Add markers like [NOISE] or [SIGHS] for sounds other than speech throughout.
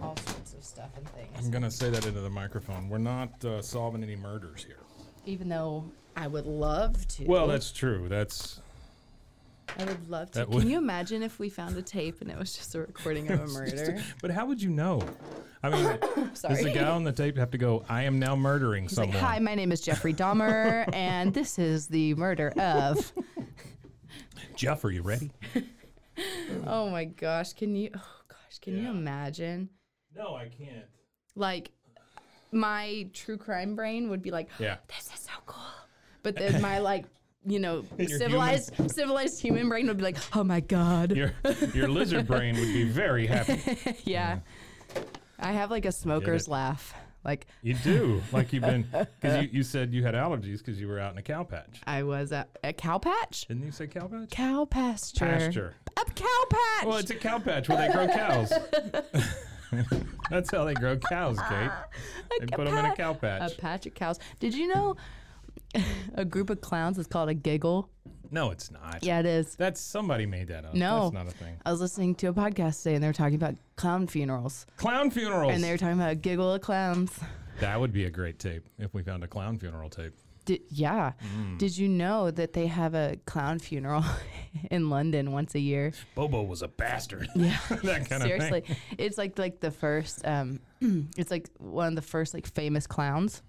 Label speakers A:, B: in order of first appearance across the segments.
A: all sorts of stuff and
B: I'm
A: things.
B: gonna say that into the microphone. We're not uh, solving any murders here.
A: Even though I would love to.
B: Well, that's true. That's
A: I would love to.
B: that
A: Can
B: would-
A: you imagine if we found a tape and it was just a recording [LAUGHS] of a murder?
B: but how would you know? I [LAUGHS] mean, does the
A: Sorry.
B: guy on the tape have to go? I am now murdering
A: He's like,
B: someone.
A: "Hi, my name is Jeffrey Dahmer, [LAUGHS] and this is the murder of."
B: Jeff, are you ready?
A: [LAUGHS] Oh my gosh! Can you? Oh gosh! Can you
B: Yeah.
A: imagine?
B: No, I can't.
A: Like, my true crime brain would be like,
B: Yeah.
A: "This is so cool," but
B: [LAUGHS]
A: then my like, you know,
B: And your
A: civilized civilized human brain would be like, "Oh my god!"
B: Your your lizard brain would be very happy.
A: Yeah. I have like a smoker's
B: it.
A: laugh. Like
B: You do like you've been because you, you said you had allergies because you were out in a cow patch.
A: I was at a cow patch.
B: Didn't you say cow patch?
A: Cow pasture.
B: Pasture.
A: A cow patch.
B: Well, it's a cow patch where they
A: [LAUGHS]
B: grow cows. That's how they grow cows, Kate. They put them in a cow
A: a
B: patch.
A: patch of cows. Did you know [LAUGHS] a group of clowns is called a giggle?
B: No, it's not.
A: Yeah, it is.
B: That's somebody made that up.
A: No.
B: That's not a thing.
A: I was listening to a podcast today and they were talking about clown funerals.
B: Clown funerals.
A: And they were talking about a giggle of clowns.
B: that would be a great tape if we found a clown funeral tape.
A: Did, yeah.
B: Mm.
A: Did you know that they have a clown funeral [LAUGHS] in London once a year?
B: Bobo was a bastard. Yeah. [LAUGHS] that kind
A: Seriously,
B: of thing.
A: it's like like the first. Um, [CLEARS THROAT] it's like one of the first like famous clowns.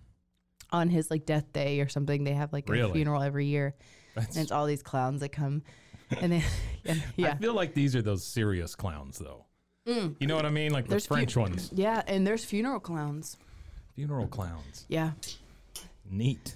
A: On his like death day or something, they have like a
B: Really?
A: funeral every year,
B: That's-
A: and it's all these clowns that come,
B: [LAUGHS]
A: and then and,
B: I
A: yeah, Mm.
B: feel like these are those serious clowns, though. You know what I mean? Like
A: There's
B: the
A: fu-
B: French ones.
A: yeah, and there's funeral clowns.
B: Funeral clowns.
A: Yeah, [LAUGHS]
B: Neat.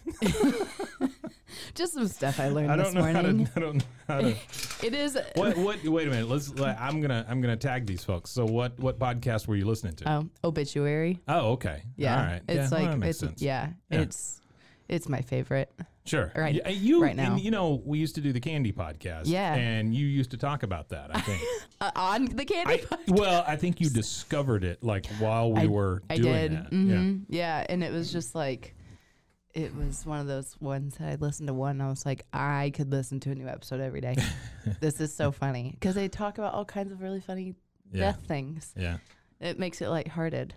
A: just some stuff I learned
B: I
A: this
B: don't know how
A: morning.
B: to. [LAUGHS] I don't know how to.
A: [LAUGHS] It is.
B: What? What? Wait a minute. Let's. Like, I'm gonna. I'm gonna tag these folks. So what? What podcast were you listening to?
A: Oh, obituary.
B: oh, okay.
A: Yeah,
B: All right.
A: it's
B: yeah, well,
A: like
B: that makes
A: it's
B: sense.
A: yeah,
B: Yeah.
A: it's it's my favorite.
B: Sure.
A: Right-
B: Yeah, you
A: right now.
B: And, you know, we used to do the candy podcast.
A: Yeah.
B: And you used to talk about that.
A: [LAUGHS]
B: I think.
A: Uh, on the candy.
B: I, well, I think you discovered it like while we
A: I-
B: were
A: I
B: doing
A: did.
B: that. Yeah.
A: Mhm. Yeah. and it was just like it was one of those ones that I listened to one and I was like, I could listen to a new episode every
B: [LAUGHS]
A: day. this is so funny because they talk about all kinds of really funny
B: Yeah.
A: death things.
B: Yeah.
A: It makes it lighthearted,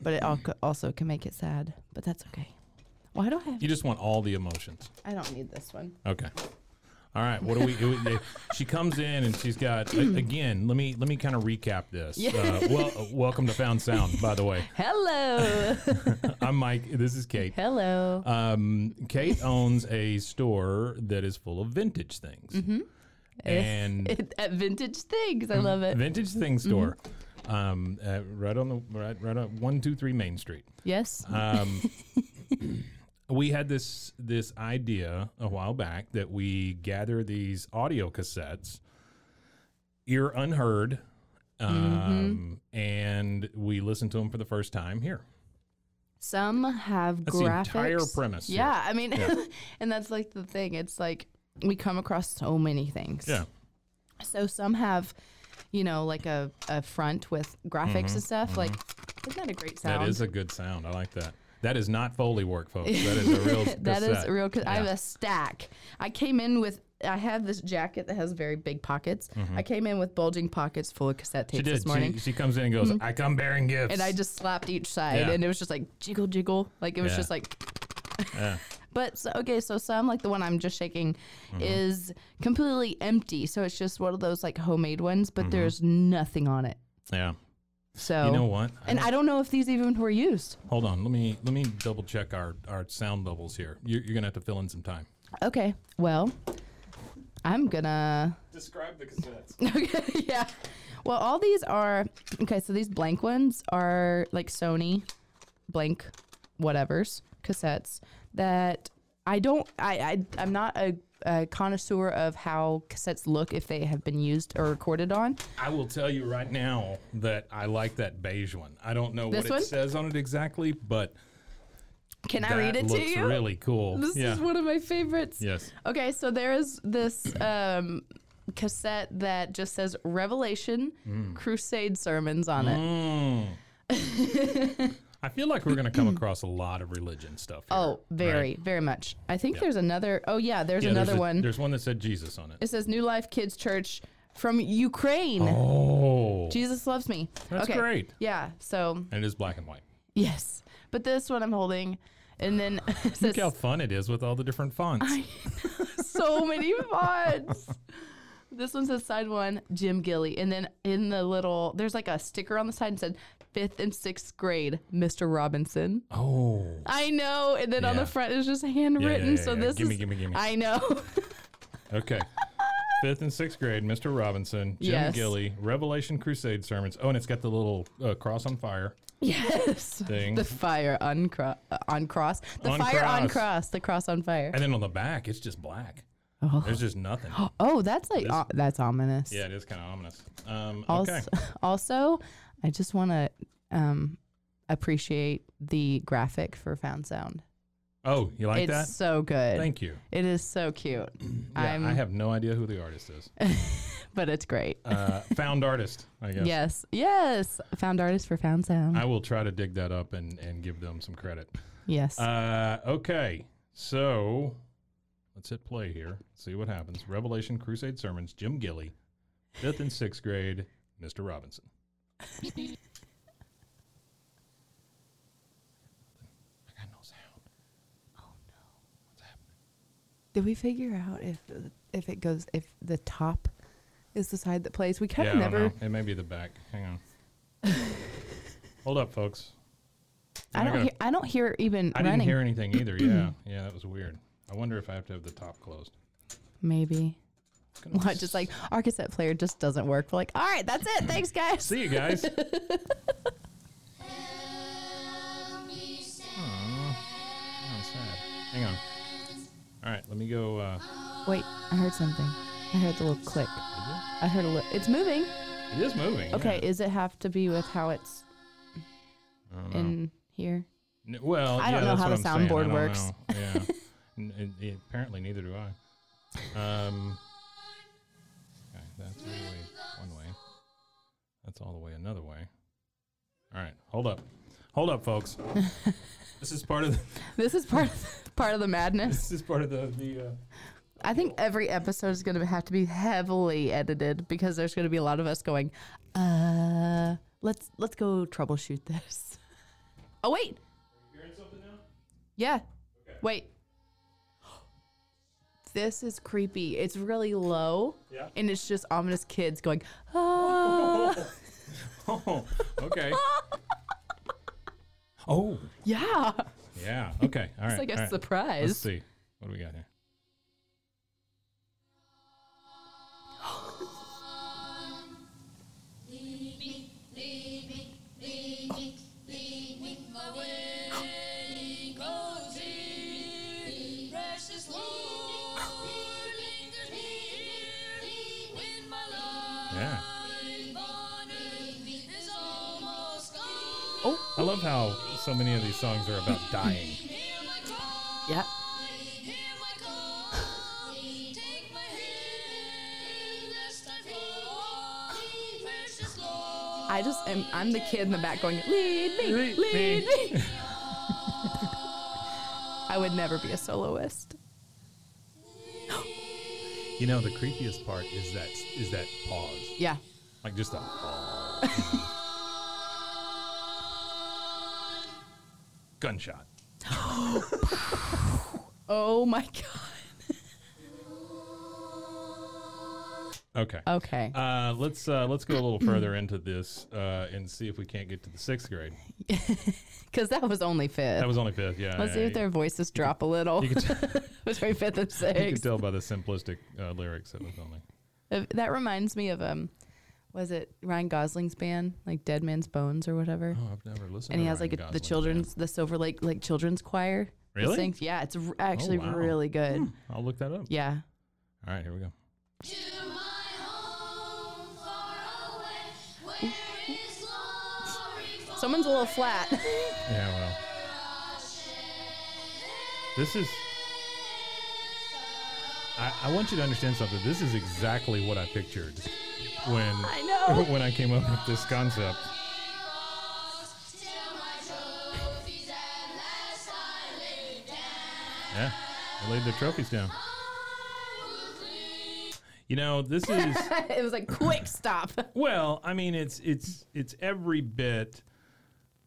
A: but it al- also can make it sad. But that's okay. Why do I have?
B: You just want all the emotions.
A: I don't need this one.
B: Okay. All right. What do we? it- it- she comes in and she's
A: [CLEARS THROAT]
B: got a- again. Let me let me kind of recap this. Uh, well, uh, welcome to Found Sound. By
A: [LAUGHS]
B: the way, [LAUGHS]
A: Hello,
B: I'm Mike. This is Kate.
A: hello.
B: Um, Kate owns a store that is full of vintage things.
A: Mm-hmm. [LAUGHS]
B: And Mm-hmm.
A: It, at vintage things, I love it. Mm-hmm.
B: vintage things store, um, uh, right on the right, right on one two three Main Street.
A: Yes. [LAUGHS]
B: um, we had this this idea a while back that we gather these audio cassettes ear unheard
A: Mm-hmm.
B: um, and we listen to them for the first time here
A: Some have
B: That's the
A: graphics.
B: entire premise, yeah.
A: Yeah, I mean, [LAUGHS] and that's like the thing. It's like we come across so many things.
B: yeah
A: So some have, you know, like a, a front with graphics and stuff. Like, isn't that a great sound?
B: Mm-hmm. that is a good sound i like that that is not foley work
A: [LAUGHS]
B: folks that is a real
A: That is
B: cassette.
A: real. Cause I have
B: Yeah.
A: a stack. I came in with. I have this jacket that has very big pockets. I came in with bulging pockets full of cassette
B: Mm-hmm. she
A: tapes
B: did
A: this morning. Mm-hmm.
B: She, she comes in and goes i come bearing gifts
A: and I just slapped each side,
B: Yeah.
A: and it was just like jiggle, jiggle. Like it was
B: Yeah.
A: just like.
B: Yeah.
A: [LAUGHS] but so, okay, so some like the one I'm just shaking
B: Mm-hmm.
A: is completely empty, so it's just one of those like homemade ones, but there's nothing on it.
B: yeah
A: So
B: Mm-hmm.
A: Oh.
B: you know what I
A: And I don't know if these even were used.
B: Hold on, let me let me double check our, our sound levels here. You're, you're gonna have to fill in some time.
A: Okay, well, I'm gonna.
B: Describe the cassettes.
A: Okay, [LAUGHS] yeah. Well, all these are okay. So these blank ones are like Sony blank whatever's cassettes that I don't. I, I I'm not a, a connoisseur of how cassettes look if they have been used or recorded on.
B: [LAUGHS] I will tell you right now that I like that beige one. I don't know
A: This
B: what
A: one?
B: it says on it exactly, but
A: Can
B: that
A: I read it to
B: looks
A: you?
B: really cool.
A: [LAUGHS] This
B: yeah.
A: is one of my favorites. [LAUGHS]
B: yes.
A: Okay, so there is this um, cassette that just says Revelation Crusade sermons on it.
B: Mm. I feel like we're going to come across a lot of religion stuff. here,
A: Oh, very,
B: right?
A: very much. I think there's another. Oh yeah, there's
B: Yeah,
A: another
B: there's a-
A: one.
B: There's one that said Jesus on it.
A: It says New Life Kids Church from Ukraine.
B: Oh,
A: Jesus loves me.
B: That's
A: okay.
B: great.
A: Yeah. So
B: and it is black and white.
A: yes, but this one I'm holding, and then [LAUGHS] it says
B: Look how fun it is with all the different fonts.
A: so many fonts. This one says side one, Jim Gilly. And then in the little, there's like a sticker on the side and said fifth and sixth grade, Mr. Robinson.
B: oh,
A: I know. And then on the
B: Yeah.
A: front is just handwritten.
B: yeah,
A: so
B: yeah.
A: this
B: Gimme,
A: is,
B: gimme, gimme.
A: I know. [LAUGHS]
B: okay. Fifth and sixth grade, Mr. Robinson, Jim
A: Yes.
B: Gilly, Revelation Crusade sermons. Oh, and it's got the little uh, cross on fire
A: yes.
B: thing.
A: The fire uncro- uh, on cross. The
B: On
A: fire on
B: cross.
A: cross. The cross on fire.
B: and then on the back, it's just black. There's
A: [GASPS]
B: just nothing.
A: Oh, that's like, uh, that's ominous.
B: yeah, it is kind of ominous. Um,
A: Also,
B: okay.
A: [LAUGHS] also I just want to um, appreciate the graphic for Found Sound.
B: Oh, you like
A: it's
B: that?
A: so good.
B: Thank you.
A: It is so cute,
B: Yeah,
A: I'm-
B: I have no idea who the
A: [LAUGHS]
B: artist is.
A: but it's great.
B: Uh, found artist, I guess.
A: Yes. yes, Found artist for found sound.
B: I will try to dig that up and, and give them some credit.
A: yes.
B: Uh, okay, so let's hit play here. See what happens. Revelation Crusade Sermons, Jim Gilly, fifth and sixth grade, Mr. Robinson. I got no sound.
A: Did we figure out if if it goes if the top is the side that plays? We kind
B: yeah,
A: of
B: I
A: never.
B: don't know. It may be the back. Hang
A: [LAUGHS]
B: on. Hold up, folks.
A: I don't.
B: gotta-
A: hear, I don't hear it even
B: I
A: running.
B: didn't hear anything either.
A: [CLEARS THROAT]
B: Yeah, yeah, that was weird. I wonder if I have to have the top closed.
A: Maybe. [LAUGHS]
B: It's gonna
A: Well, just like our cassette player just doesn't work. We're like, all right, that's it. Thanks, guys.
B: See
A: [LAUGHS]
B: you guys. Oh, sad. Hang on. All right, let me go. Uh,
A: Wait, I heard something. I heard the little click.
B: uh,
A: I heard a little. It's moving.
B: it is moving.
A: Okay,
B: yeah.
A: is it have to be with how it's in here?
B: N- well,
A: I don't
B: yeah,
A: know
B: that's
A: how
B: what
A: the
B: I'm saying.
A: soundboard
B: I don't
A: works.
B: know.
A: [LAUGHS]
B: Yeah. N- n- it- apparently, neither do I. Um, okay, that's one way. One way. That's all the way another way. All right, hold up, hold
A: [LAUGHS]
B: up, folks. this is part of the,
A: This is part of, [LAUGHS] part of the madness.
B: this is part of the the. Uh,
A: I think every episode is going to have to be heavily edited because there's going to be a lot of us going, uh, let's let's go troubleshoot this. [LAUGHS] Oh wait,
B: hearing something now?
A: yeah, wait. [GASPS] This is creepy. It's really low, [LAUGHS]
B: Yeah.
A: and it's just ominous kids going,
B: [LAUGHS]
A: ah.
B: Oh,
A: [LAUGHS]
B: okay. oh,
A: yeah.
B: yeah. Okay. All right.
A: It's like
B: all
A: a
B: right. Let's
A: surprise.
B: see. What do we got here? Yeah.
A: Oh,
B: I love how so many of these songs are about dying.
A: [LAUGHS] yeah. I just am. I'm the kid in the back going, lead me,
B: Lead
A: lead,
B: me."
A: me. I would never be a soloist.
B: You know, the creepiest part is that is that pause,
A: Yeah.
B: like just a. Gunshot.
A: Oh my god.
B: Okay.
A: Okay.
B: Uh, let's uh, let's go a little further into this uh, and see if we can't get to the sixth grade.
A: Because that was only fifth.
B: That was only fifth. Yeah.
A: Let's see
B: yeah,
A: if their voices drop a little [LAUGHS]
B: You could, t-
A: between fifth and
B: you could
A: sixth.
B: tell by the simplistic uh, lyrics that was only.
A: Uh, That reminds me of um, was it Ryan Gosling's band, like Dead Man's Bones or whatever?
B: Oh, I've never listened.
A: and
B: to
A: he has
B: Ryan
A: like a,
B: Gosling
A: the
B: band.
A: children's, the Silver Lake like children's choir. that
B: Really? Oh,
A: sings. Yeah, it's r- actually
B: wow. Hmm.
A: really good.
B: I'll look that up.
A: Yeah.
B: All right, here we go.
C: To my home far away, where is glory for
A: Someone's a little flat. [LAUGHS]
B: Yeah. Well, this is. I, I want you to understand something. This is exactly what I pictured when
A: I know.
B: [LAUGHS] when I came up with this concept.
C: Till my trophies at last I lay down.
B: Yeah, I laid the trophies down.
C: I would leave
B: You
A: [LAUGHS]
B: know, this is.
A: it was like quick stop.
B: Well, I mean, it's it's it's every bit.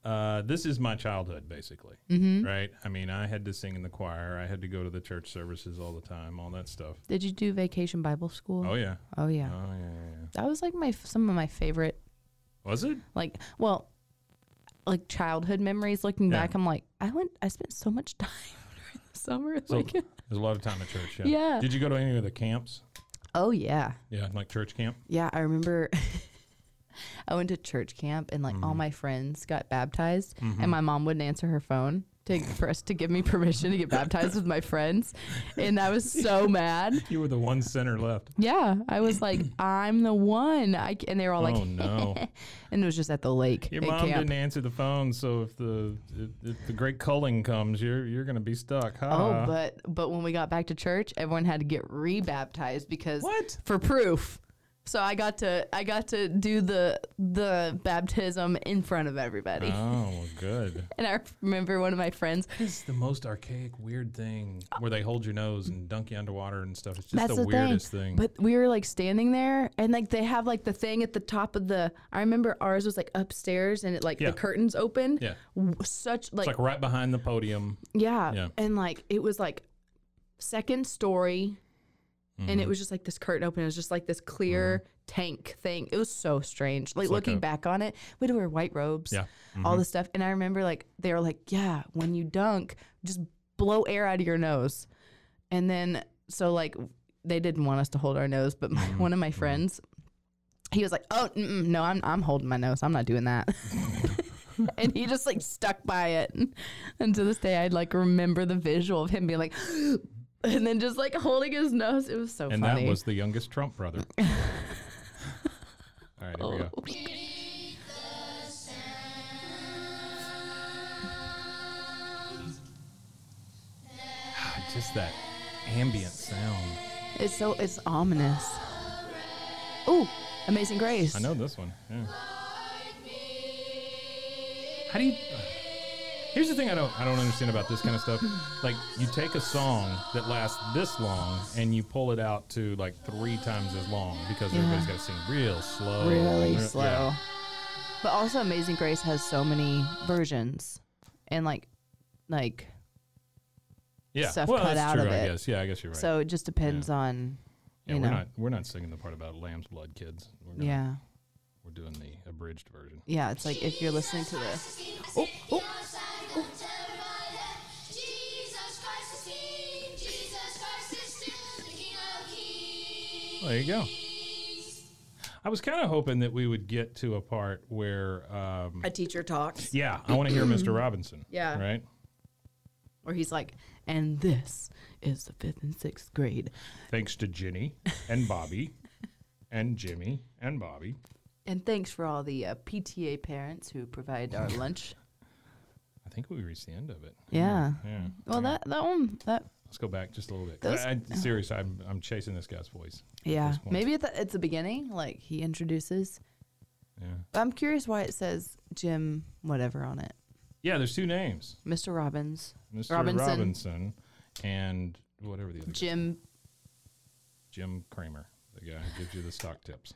B: Uh, this is my childhood, basically,
A: Mm-hmm.
B: right? I mean, I had to sing in the choir. I had to go to the church services all the time, all that stuff.
A: [LAUGHS] Did you do Vacation Bible School?
B: Oh yeah,
A: Oh, yeah.
B: oh yeah, yeah, yeah.
A: That was like my f- some of my favorite
B: Was it?
A: like well like childhood memories looking
B: Yeah.
A: back i'm like i went i spent so much [LAUGHS] time during the summer
B: So
A: like [LAUGHS]
B: there's a lot of time at church. Yeah.
A: Yeah.
B: Did you go to any of the camps?
A: oh yeah
B: Yeah, like church camp.
A: yeah i remember [LAUGHS] i went to church camp and like
B: Mm-hmm.
A: all my friends got baptized and my mom wouldn't answer her phone to, for us to give me permission to get baptized with my friends and i was so mad
B: You were the one center left.
A: yeah i was
B: [COUGHS]
A: like i'm the one I, c- and they were all like [LAUGHS]
B: oh no,
A: and it was just at the lake
B: your
A: at
B: mom
A: camp
B: didn't answer the phone. So if the if, if the great culling comes, you're you're gonna be stuck.
A: Oh,
B: Huh?
A: but but when we got back to church, everyone had to get rebaptized because
B: What?
A: for proof. So I got to I got to do the the baptism in front of everybody.
B: oh, well, [LAUGHS] good.
A: And I remember one of my friends.
B: It's the most archaic, weird thing where they hold your nose and dunk you underwater and stuff. It's just
A: That's
B: the,
A: the,
B: weirdest
A: thing.
B: thing.
A: But we were like standing there, and like they have like the thing at the top of the. I remember ours was like upstairs, and it like
B: Yeah.
A: the curtains opened.
B: yeah,
A: W- Such
B: it's like right behind the podium.
A: Yeah.
B: Yeah.
A: And like it was like second story and it
B: Mm-hmm.
A: was just like this curtain open. It was just like this clear tank thing. It was so strange. Like
B: like
A: looking
B: a-
A: back on it, we had to wear white robes,
B: Yeah. Mm-hmm.
A: all this stuff. And I remember like they were like, Yeah, when you dunk, just blow air out of your nose. And then so like they didn't want us to hold our nose, but my,
B: Mm-hmm.
A: one of my friends, he was like, "Oh mm-mm, no, I'm I'm holding my nose. I'm not doing that." [LAUGHS] and he just like stuck by it. And to this day, I'd like remember the visual of him being like, [GASPS] and then just like holding his nose. It was so
B: And
A: funny.
B: that was the youngest
A: [LAUGHS]
B: Trump brother. All right, here we
A: Oh.
B: go.
C: beneath the sands.
A: Oh.
B: Just that ambient sound.
A: it's so it's ominous. Oh, Amazing Grace.
B: I know this one. Yeah.
C: Guide me
B: How do you? Here's the thing I don't I don't understand about this kind of stuff. Like you take a song that lasts this long and you pull it out to like three times as long because everybody's got to sing real slow.
A: really
B: Real-
A: slow.
B: yeah.
A: But also, Amazing Grace has so many versions, and like, like
B: yeah.
A: stuff
B: well,
A: cut
B: that's
A: out
B: true,
A: of
B: I
A: it.
B: guess. Yeah, I guess you're right.
A: so it just depends on,
B: yeah,
A: you
B: we're
A: know,
B: not we're not singing the part about lamb's blood, kids. We're gonna-
A: yeah,
B: we're doing the abridged version.
A: yeah. It's like if you're listening to the
C: Oh, oh, oh. Jesus Christ is King. Jesus Christ is still the King of Kings.
B: There you go. I was kind of hoping that we would get to a part where, um,
A: a teacher talks,
B: yeah, I want to
A: [CLEARS THROAT]
B: hear Mr. Robinson.
A: Yeah.
B: Right.
A: where he's like, and this is the fifth and sixth grade,
B: Thanks to Ginny and Bobby and Jimmy and Bobby.
A: and thanks for all the uh, PTA parents who provide our lunch.
B: I think we reached the end of it.
A: Yeah.
B: Yeah.
A: Well, that that one that
B: Let's go back just a little bit.
A: Those-
B: I, I, serious, I'm I'm chasing this guy's voice.
A: yeah
B: This one.
A: maybe at the, it's the beginning like he introduces.
B: Yeah.
A: I'm curious why it says Jim whatever on it,
B: Yeah. There's two names,
A: Mr. Robbins,
B: Mr.
A: Robinson.
B: Robinson, and whatever the other guy-
A: Jim.
B: Jim Kramer, the guy who gives you the stock tips.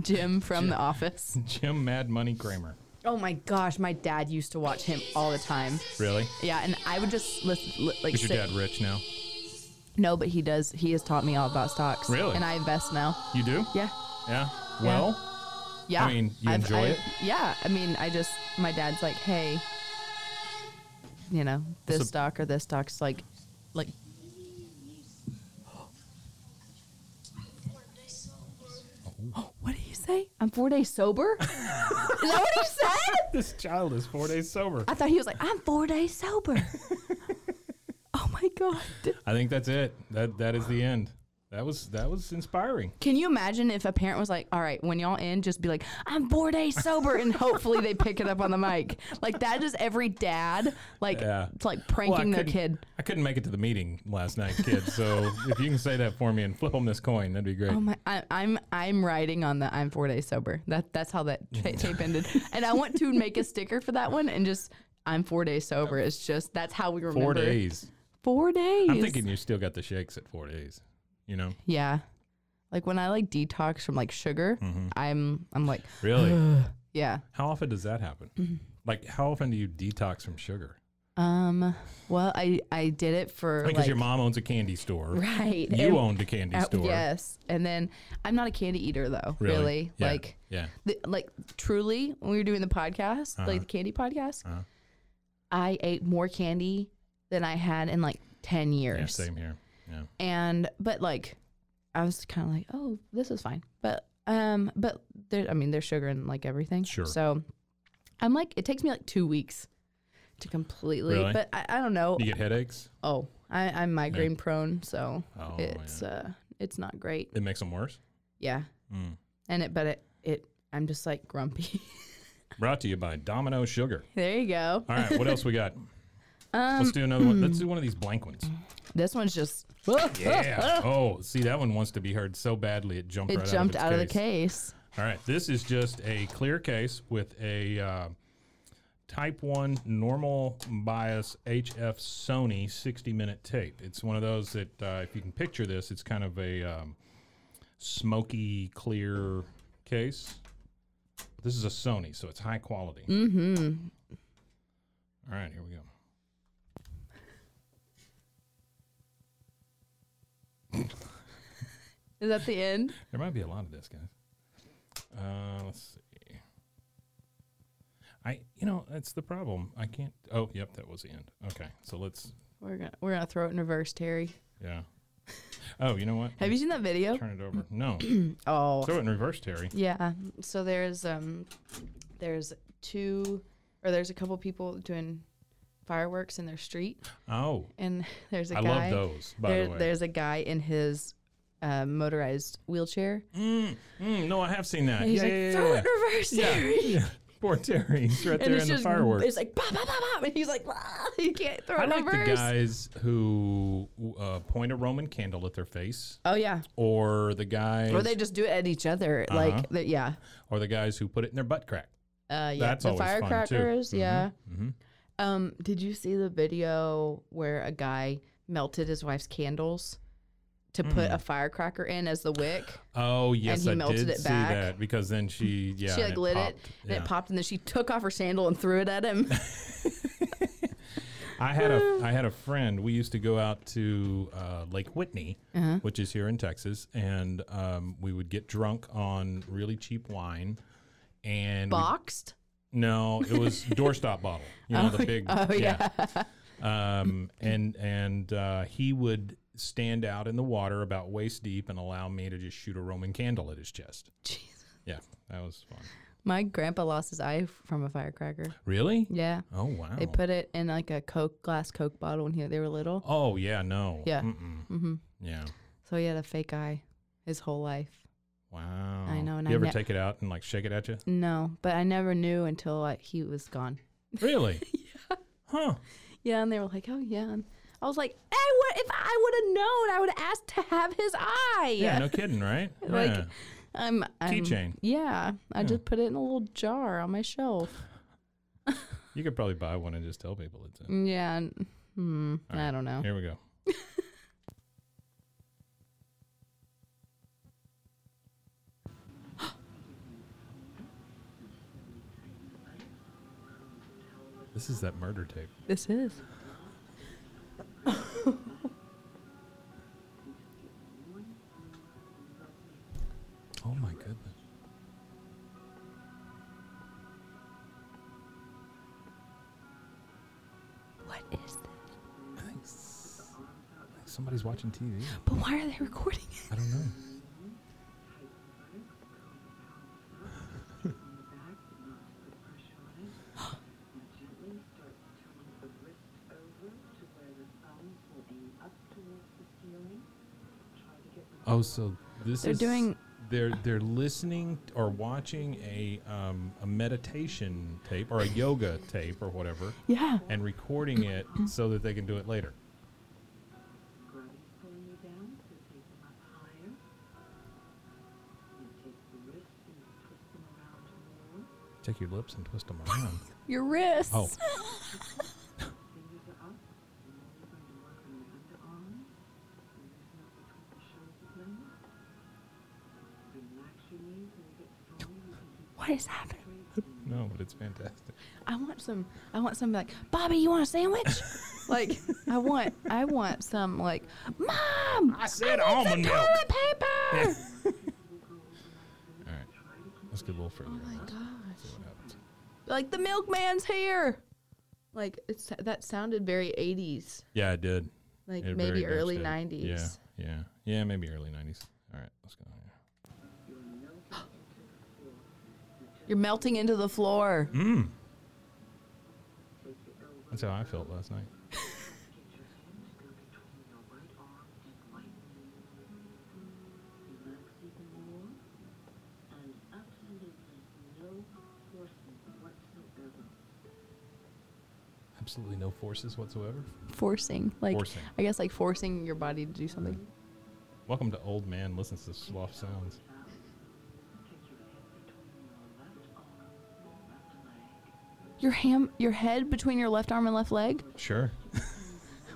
A: Jim from The Office.
B: Jim Mad Money Kramer.
A: Oh my gosh, my dad used to watch him all the time.
B: Really?
A: Yeah, and I would just listen, li- like
B: Is your
A: sit-
B: dad rich now?
A: No, but he does. He has taught me all about stocks.
B: Really?
A: And I invest now.
B: You do?
A: Yeah.
B: Yeah. Well,
A: Yeah.
B: I mean, you enjoy
A: I-
B: it?
A: Yeah. I mean, I just, my dad's like, hey, you know, this
B: So-
A: stock or this stock's like, like, what did you say? I'm four days
B: [LAUGHS]
A: sober? Is that what he said?
B: this child is four days sober.
A: I thought he was like, I'm four days
B: [LAUGHS]
A: sober. oh my God.
B: I think that's it. That that is the end. That was that was inspiring.
A: Can you imagine if a parent was like, all right, when y'all end, just be like, I'm four days sober. And hopefully they pick it up on the mic. Like that is every dad, like,
B: Yeah.
A: it's like
B: Well, I
A: pranking their
B: couldn't-
A: kid.
B: I couldn't make it to the meeting last night,
A: [LAUGHS]
B: kid. So if you can say that for me and flip them this coin, that'd be great.
A: Oh my, I, I'm, I'm writing on the I'm four days sober. That That's how
B: [LAUGHS]
A: that ta- tape ended. And I want to make a sticker for that one and just, I'm four days sober. It's just, that's how we remember.
B: four days.
A: Four days.
B: I'm thinking you still got the shakes at four days. You know,
A: Yeah. Like when I like detox from like sugar,
B: Mm-hmm.
A: I'm, I'm like, [SIGHS]
B: really?
A: yeah.
B: how often does that
A: Mm-hmm.
B: happen? like, how often do you detox from sugar?
A: Um, well, I, I did it for
B: Because
A: like,
B: your mom owns a candy
A: [LAUGHS]
B: store.
A: Right.
B: You
A: and-
B: owned a candy
A: uh,
B: store.
A: Yes. And then I'm not a candy eater though. Really.
B: Yeah.
A: Like
B: yeah.
A: the, like truly when we were doing the podcast, like the candy podcast,
B: Uh-huh.
A: I ate more candy than I had in like 10 years.
B: Yeah, same here. Yeah.
A: And but like I was kind of like, "Oh, this is fine." But um but there I mean, there's sugar in like everything.
B: Sure.
A: So I'm like it takes me like 2 weeks to completely
B: Really?
A: but I, I don't know.
B: You get headaches.
A: Oh, I, I'm migraine prone, so
B: Oh,
A: it's
B: yeah.
A: uh it's not great.
B: It makes them worse.
A: Yeah.
B: Mm.
A: And it, but it, it, I'm just like grumpy. [LAUGHS]
B: Brought to you by Domino Sugar.
A: there you go.
B: All right, what else
A: [LAUGHS]
B: we got?
A: Um,
B: Let's do another one.
A: hmm.
B: Let's do one of these blank ones.
A: This one's just,
B: Yeah. Oh, see, that one wants to be heard so badly it jumped.
A: it
B: right
A: jumped
B: out of, its
A: the case.
B: All right, this is just a clear case with a uh, Type One normal bias HF Sony 60 minute tape. It's one of those that, uh, if you can picture this, it's kind of a um, smoky clear case. This is a Sony, so it's high quality. Mm-hmm. All right, here we go.
A: Is that the end?
B: There might be a lot of this, guys. Uh, let's see. I, you know, that's the problem. I can't. Oh, yep, that was the end. Okay, so let's.
A: We're gonna, we're gonna throw it in reverse, Terry.
B: Yeah. Oh, you know what?
A: Have you seen that video?
B: Turn it over.
A: [CLEARS THROAT]
B: No,
A: Oh,
B: throw it in reverse, Terry.
A: yeah. So there's, um, there's two, or there's a couple people doing fireworks in their street,
B: Oh,
A: and [LAUGHS] there's a
B: I
A: guy.
B: love those. By
A: there-
B: the way,
A: There's a guy in his uh, motorized wheelchair.
B: Mm, no, I have seen that.
A: And he's
B: Yeah,
A: like,
B: yeah,
A: throw
B: yeah,
A: it in reverse,
B: yeah.
A: [LAUGHS] Terry.
B: Yeah. [LAUGHS] Poor Terry. He's right there in the fireworks.
A: It's like bah, bah, bah, bah, [LAUGHS] and he's like, ah, you can't throw
B: I
A: it
B: like
A: reverse.
B: the guys who uh, point a Roman candle at their face,
A: Oh yeah,
B: or the guys,
A: or they just do it at each other,
B: Uh-huh.
A: like that. Yeah,
B: or the guys who put it in their butt crack.
A: uh, yeah.
B: That's
A: the
B: always fun, too.
A: firecrackers. Yeah.
B: mhm.
A: Um, did you see the video where a guy melted his wife's candles to
B: Mm.
A: put a firecracker in as the wick?
B: Oh yes,
A: he
B: I
A: melted
B: did
A: it
B: see
A: back.
B: that because then she [SIGHS] yeah
A: she
B: and
A: like lit it,
B: popped.
A: and
B: Yeah.
A: it popped, and then she took off her sandal and threw it at
B: [LAUGHS]
A: him.
B: I had
A: [LAUGHS]
B: a I had a friend. We used to go out to uh, Lake Whitney,
A: Uh-huh.
B: which is here in Texas, and um, we would get drunk on really cheap wine. And we-
A: Boxed.
B: no, it
A: [LAUGHS]
B: was doorstop bottle. You know the big [LAUGHS]
A: Oh yeah.
B: um, and and uh, he would stand out in the water about waist deep and allow me to just shoot a Roman candle at his chest.
A: [LAUGHS] Jeez.
B: Yeah, that was fun.
A: My grandpa lost his eye from a firecracker.
B: Really?
A: Yeah.
B: Oh wow.
A: They put it in like a Coke glass Coke bottle when he, they were little.
B: Oh yeah, no.
A: Yeah.
B: Mm-mm.
A: Mm-hmm.
B: Yeah.
A: So he had a fake eye his whole life.
B: Wow.
A: know, and
B: you
A: I
B: ever
A: ne-
B: take it out and like shake it at you?
A: No, but I never knew until like, he was gone. [LAUGHS]
B: Really? yeah. Huh.
A: Yeah, and they were like, "Oh yeah." And I was like, "Hey, what if I would have known? I would have asked to have his eye."
B: Yeah. No kidding, right?
A: [LAUGHS] Like-
B: yeah.
A: I'm, I'm
B: Keychain.
A: Yeah, I just put it in a little jar on my shelf.
B: You could probably buy one and just tell people it's in.
A: Mm, Yeah. and- Hmm, I don't know.
B: Here we go. [GASPS] this is that murder tape.
A: This is.
B: Oh my goodness.
D: What is that?
B: I think, s- I think somebody's watching TV.
D: But why are they recording it?
B: I don't know. [GASPS] Oh, so this
A: They're
B: is
A: doing-
B: they're they're listening or watching a um, a meditation tape or a yoga tape or whatever,
A: Yeah.
B: and recording it so that they can do it later.
E: Gravity's pulling you down, so take them up higher. And take the wrists and twist them around more.
B: Take your lips and twist them around.
A: Your wrists.
B: Oh,
E: Fingers are up. And now you're going to work on your underarms. Fingers not between the shoulders now. Relax your knees and get stronger. You can keep
A: [LAUGHS] What is happening?
B: no, but it's fantastic.
A: I want some. I want some like Bobby. You want a sandwich? like I want. I want some like Mom.
B: I said almond milk.
A: Toilet paper.
B: [LAUGHS] All right, let's get a little further.
A: Oh my
B: Let's see
A: gosh.
B: what happens.
A: Like the milkman's here. Like it's that sounded very 80s.
B: Yeah, I did.
A: Like
B: It very
A: maybe
B: much
A: early
B: did.
A: 90s.
B: Yeah, yeah, yeah. Maybe early nineties. All right, let's go. Here.
A: You're melting into the floor.
B: Mm. That's how I felt last night.
E: Relax even more. And absolutely no forcing whatsoever.
B: Absolutely no forces whatsoever.
A: Forcing. Like
B: Forcing.
A: I guess like forcing your body to do something.
B: Welcome to old man listens to sloth
E: Take
B: sounds.
E: your head between your left arm and your left leg.
A: Your ham your head between your left arm and left leg?
B: Sure.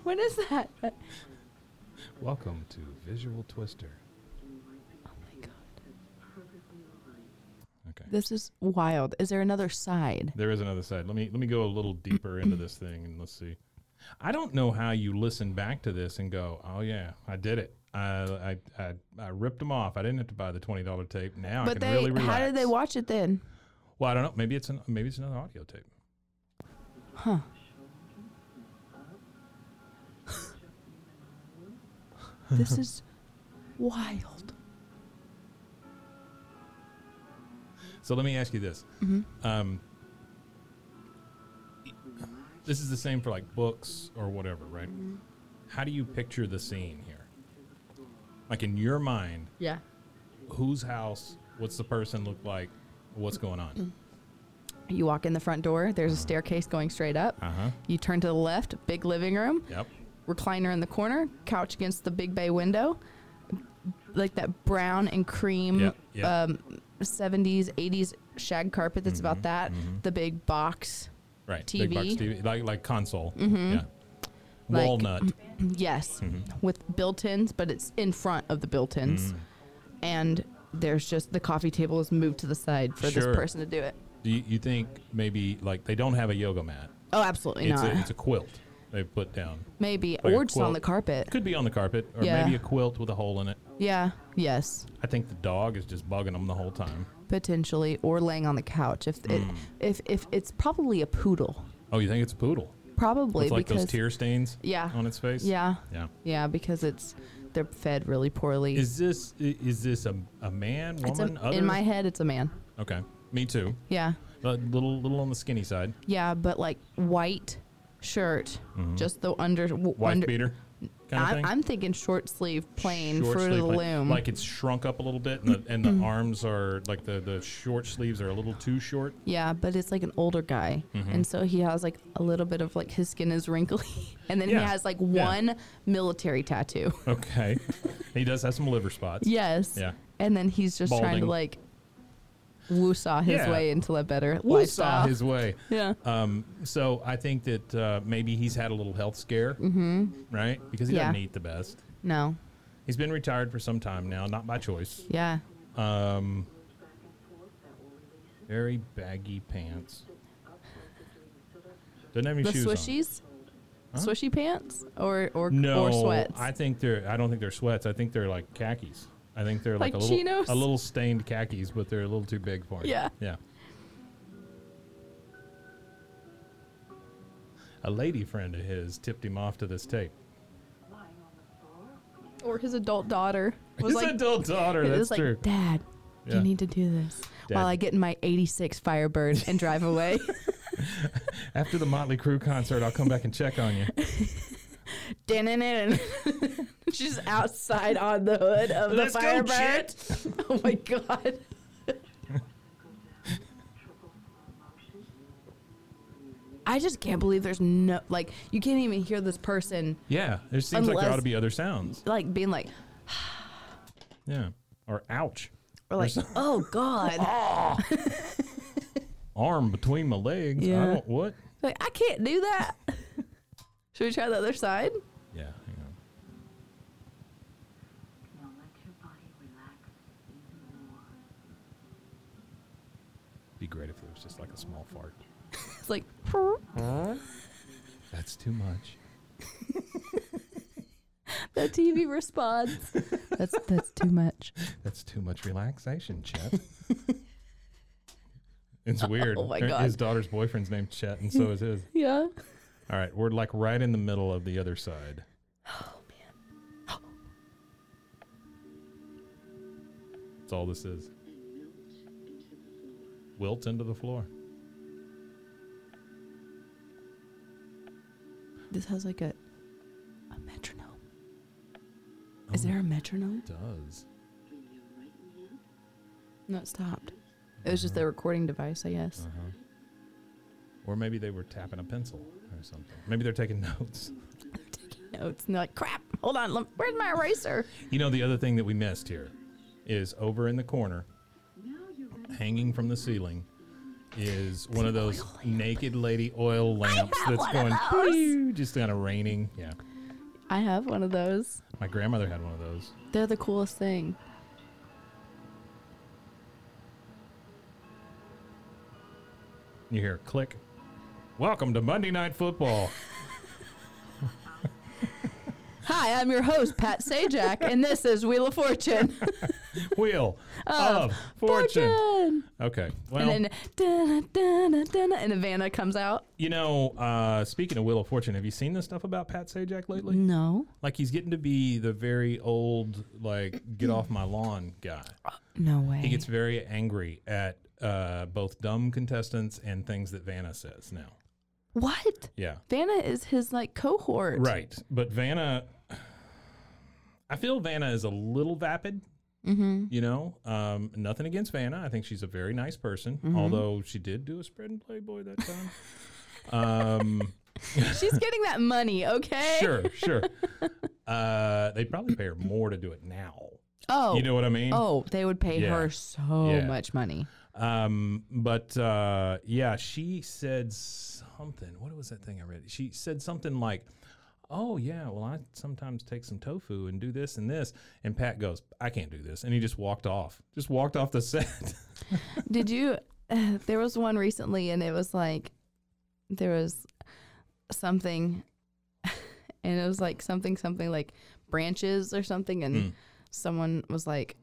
A: What is that? [LAUGHS] Oh
B: Welcome to Visual Twister.
A: my god.
B: Okay.
A: This is wild. Is there another side?
B: There is another side. Let me let me go a little deeper into this thing and let's see. I don't know how you listen back to this and go, "Oh yeah, I did it. I I I, I ripped them off. I didn't have to buy the twenty dollar tape. Now I
A: but
B: can
A: they
B: really relax."
A: how did they watch it then?
B: Well, I don't know. Maybe it's an, maybe it's another audio tape. [LAUGHS]
A: Huh. this is wild.
B: So let me ask you this.
A: Mm-hmm.
B: Um, this is the same for like books or whatever, right?
A: Mm-hmm.
B: How do you picture the scene here? Like in your mind,
A: Yeah.
B: whose house? What's the person look like? What's going on?
A: You walk in the front door, there's a staircase going straight up.
B: Uh huh.
A: You turn to the left, big living room,
B: Yep.
A: recliner in the corner, couch against the big bay window, like that brown and cream
B: Yep, yep.
A: Mm-hmm. Um, 70s, 80s shag carpet that's
B: Mm-hmm,
A: about that, the big box. [CLEARS THROAT]
B: Right. Big box
A: TV.
B: TV, like like console. Yeah.
A: Mm-hmm. Like- mm-hmm.
B: Walnut.
A: Yes,
B: Mm-hmm.
A: with built ins, but it's in front of the built
B: Mm.
A: ins. And there's just the coffee table is moved to the side for
B: Sure.
A: this person to do it.
B: Do you, you think maybe like they don't have a yoga mat?
A: Oh, absolutely
B: It's
A: not.
B: a, it's a quilt they put down.
A: Maybe,
B: like a
A: or just on
B: quilt.
A: the carpet.
B: Could be on the carpet or
A: Yeah.
B: maybe a quilt with a hole in it.
A: Yeah, yes.
B: I think the dog is just bugging them the whole time.
A: potentially or laying on the couch if it, if if it's probably a poodle
B: Oh, you think it's a poodle?
A: probably
B: It's like
A: because
B: those tear stains
A: yeah
B: on its face.
A: yeah
B: Yeah.
A: yeah because it's they're fed really poorly
B: Is this i- is this a, a man,
A: it's a-
B: woman, other?
A: in my head it's a man
B: Okay. Me too.
A: yeah
B: A little little on the skinny side.
A: yeah but like white shirt just the under w-
B: Wife
A: under
B: Mm-hmm. beater kind of
A: I'm,
B: thing.
A: I'm thinking short sleeve plain
B: Short
A: fruit of
B: sleeve,
A: the
B: like,
A: loom Mm-hmm.
B: Like it's shrunk up a little bit, and the, and the arms are like the, the short sleeves are a little too short.
A: yeah but it's like an older guy
B: Mm-hmm.
A: and so he has like a little bit of like his skin is wrinkly [LAUGHS] and then
B: Yeah,
A: he has like
B: yeah.
A: one military tattoo [LAUGHS]
B: Okay, he does have some liver spots.
A: Yes.
B: Yeah.
A: And then he's just trying to
B: Balding.
A: like woosaw his
B: Yeah.
A: way into a better
B: Well, saw
A: lifestyle.
B: his way.
A: [LAUGHS] yeah.
B: Um, so I think that uh, maybe he's had a little health scare, mm-hmm. right? Because he doesn't
A: Yeah.
B: eat the best.
A: no.
B: He's been retired for some time now, not by choice.
A: Yeah.
B: Um, very baggy pants. Doesn't have any
A: The
B: shoes on.
A: swishies? Swishy pants or or
B: No,
A: or sweats?
B: I think they're. I don't think they're sweats. I think they're like khakis. I I think they're like,
A: Like
B: a little
A: chinos?
B: a little stained khakis, but they're a little too big for you.
A: Yeah.
B: Yeah. A lady friend of his tipped him off to this tape.
E: lying on the floor.
F: Or his adult daughter was
B: His
F: like,
B: adult daughter.
A: [LAUGHS] It
B: That's
A: was like,
B: true.
A: Dad,
B: Yeah.
A: you need to do this
B: Dad.
A: while I get in my 86 Firebird and drive away.
B: [LAUGHS] After the Motley Crue concert, I'll come back and check
A: [LAUGHS]
B: on you.
A: Dun-dun-dun. She's outside on the hood of
B: Let's
A: the
B: go,
A: Firebird. [LAUGHS] oh my God. [LAUGHS] I just can't believe there's no, like, you can't even hear this person,
B: Yeah, there seems like there
A: Unless-
B: ought to be other sounds.
A: like, being like,
B: Yeah, or ouch,
A: or like, oh God.
B: [LAUGHS] arm between my legs. I
A: Yeah.
B: don't what.
A: like, I can't do that. [LAUGHS] Should we try the other side?
B: Yeah, hang on.
E: Now let your body relax even more.
B: Be great if it was just like a small fart.
A: It's like, [LAUGHS]
B: That's too much.
A: the TV responds.
B: [LAUGHS]
A: that's that's too much.
B: That's too much relaxation, Chet.
E: [LAUGHS]
B: it's weird.
A: Oh my
B: Her-
A: God.
B: His daughter's boyfriend's named Chet, and so is his.
A: Yeah.
B: All right, we're like right in the middle of the other side. That's all this is. Wilt into the floor.
A: This has like a a metronome.
B: Oh.
A: Is there a metronome?
B: Does.
A: No, it stopped. It was just
B: Uh-huh.
A: the recording device, I guess.
B: Or maybe they were tapping a pencil or something. Maybe they're taking [LAUGHS] notes.
A: [LAUGHS] They're taking notes and they're like, crap, hold on, lem- where's my
B: [LAUGHS]
A: eraser?
B: You know, the other thing that we missed here is over in the corner, hanging from the ceiling, is one of those naked lady oil lamps that's going "Pew," just kind of raining. Yeah.
A: I have one of those.
B: My grandmother had one of those.
A: They're the coolest thing.
B: You hear a click. Welcome to Monday Night Football.
A: Hi, I'm your host, Pat Sajak, and this is Wheel of Fortune.
B: Wheel of, [LAUGHS] Fortune. Oh. Okay. Well,
A: And then dun, dun, dun, dun, and Havana comes out.
B: you know, uh, speaking of Wheel of Fortune, have you seen this stuff about Pat Sajak lately?
A: No.
B: Like he's getting to be the very old, like get off my lawn guy.
A: No way.
B: He gets very angry at uh, both dumb contestants and things that Vanna says now.
A: what?
B: Yeah,
A: Vanna is his like cohort.
B: right. But Vanna, I feel Vanna is a little vapid. Mm-hmm. You know, um, nothing against Vanna. I think she's a very nice person, although she did do a spread in Playboy that time. um,
A: She's getting that money, okay?
B: [LAUGHS] sure, sure. Uh, they'd probably pay her more to do it now.
A: Oh.
B: You know what I mean?
A: Oh, they would pay
B: Yeah.
A: her so
B: Yeah.
A: much money.
B: Um, but uh, yeah, she said something. What was that thing I read? She said something like, "Oh yeah, well I sometimes take some tofu and do this and this." And Pat goes, "I can't do this," and he just walked off. Just walked off the set. [LAUGHS]
A: Did you? [SIGHS] there was one recently, and it was like there was something, [LAUGHS] and it was like something, something like branches or something,
B: Hmm.
A: and someone was like,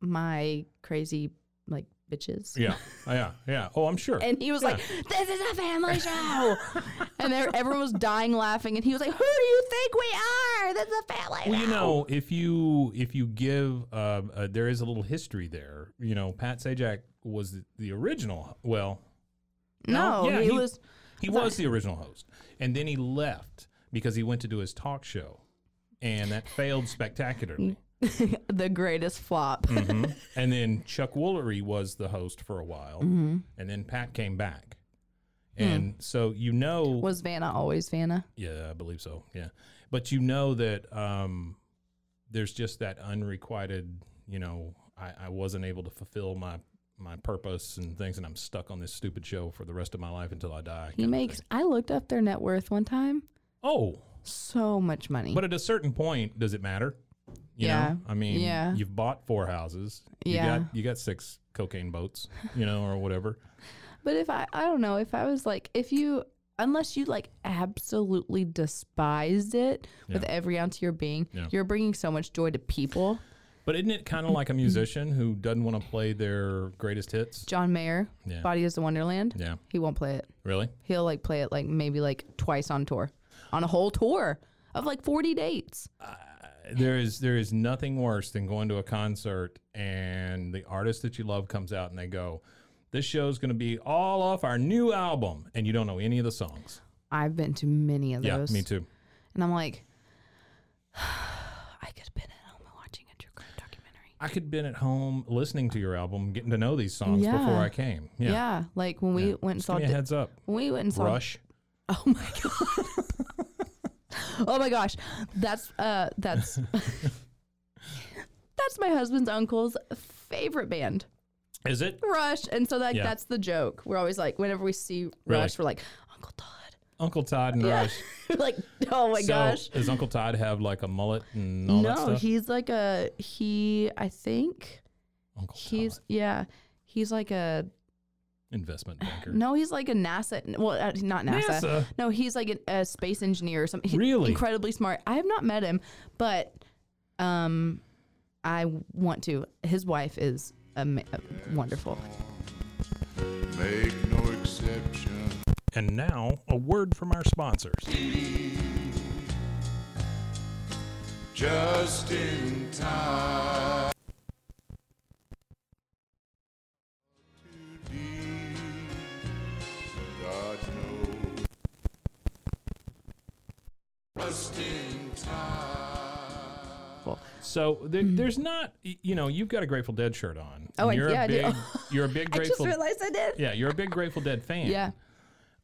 A: "My crazy like bitches."
B: yeah, yeah, yeah. Oh, I'm sure.
A: [LAUGHS] And he was like, "This is a
B: [LAUGHS]
A: family show," and there, everyone was dying laughing. And he was like, "Who do you think we are? This is a family
B: Well,
A: show."
B: you know, if you if you give, uh, uh, there is a little history there. You know, Pat Sajak was the, the original. Well,
A: no,
B: yeah,
A: he,
B: he-
A: was. [LAUGHS]
B: he was the original host, and then he left because he went to do his talk show, and that failed spectacularly. Hmm?
A: the greatest flop.
B: Mm-hmm. And then Chuck Woolery was the host for a while,
A: Mm-hmm.
B: and then Pat came back,
A: Hmm.
B: and so you know,
A: Was Vanna always Vanna?
B: yeah, I believe so, yeah. But you know that um, there's just that unrequited, you know, I, I wasn't able to fulfill my my purpose and things, and I'm stuck on this stupid show for the rest of my life until I die. kind
A: He
B: of
A: makes.
B: thing.
A: I looked up their net worth one time.
B: oh.
A: So much money.
B: But at a certain point, does it matter? You
A: Yeah.
B: Know? I mean,
A: Yeah.
B: you've bought four houses. You
A: Yeah.
B: Got, you got six cocaine boats, you know, or whatever.
A: But if I, I don't know, if I was like, if you, unless you like absolutely despised it with
B: Yeah.
A: every ounce of your being,
B: Yeah.
A: you're bringing so much joy to people
B: But isn't it kind of like a musician who doesn't want to play their greatest hits?
A: John Mayer,
B: Yeah.
A: Body is the Wonderland.
B: Yeah.
A: He won't play it.
B: Really?
A: He'll like play it like maybe like twice on tour, on a whole tour of like 40 dates.
B: There is there is nothing worse than going to a concert and the artist that you love comes out and they go, "This show's going to be all off our new album," and you don't know any of the songs.
A: I've been to many of
B: Yeah,
A: those.
B: me too.
A: And I'm like, [SIGHS] I could have been at home watching a true crime documentary.
B: I could have been at home listening to your album, getting to know these songs
A: Yeah.
B: before I came.
A: Yeah,
B: Yeah,
A: like when we
B: Yeah.
A: went and
B: Just
A: saw
B: give me a
A: Di-
B: heads up.
A: when we went and saw
B: Rush.
A: [LAUGHS] Oh my god. [LAUGHS] oh my gosh. That's uh
B: [LAUGHS]
A: that's [LAUGHS] That's my husband's uncle's favorite band,
B: Is it
A: Rush. And so like
B: Yeah.
A: that's the joke. We're always like whenever we see
B: Really?
A: Rush, we're like, Uncle Todd. [LAUGHS]
B: Uncle Todd and Rush?
A: We're like, [LAUGHS] oh my
B: so
A: gosh.
B: does Uncle Todd have like a mullet and all that
A: no,
B: stuff?
A: he's like a he I think
B: Uncle
A: he's
B: Todd,
A: yeah. He's like a
B: investment banker.
A: no. He's like a NASA. Well, uh, not NASA.
B: NASA?
A: No, he's like an, a space engineer or something. He's
B: Really?
A: incredibly smart. I have not met him, but um, I want to. His wife is ama- wonderful.
G: Make no exception.
B: And now a word from our sponsors.
G: Just in time. Too deep, God knows. Just in time.
B: So there, there's not, y- you know, you've got a Grateful Dead shirt on.
A: Oh, I-
B: and you're
A: yeah, I
B: a
A: do.
B: big, you're a big
A: [LAUGHS] I just
B: Grateful.
A: realized I did. [LAUGHS]
B: yeah, you're a big Grateful Dead fan.
A: Yeah.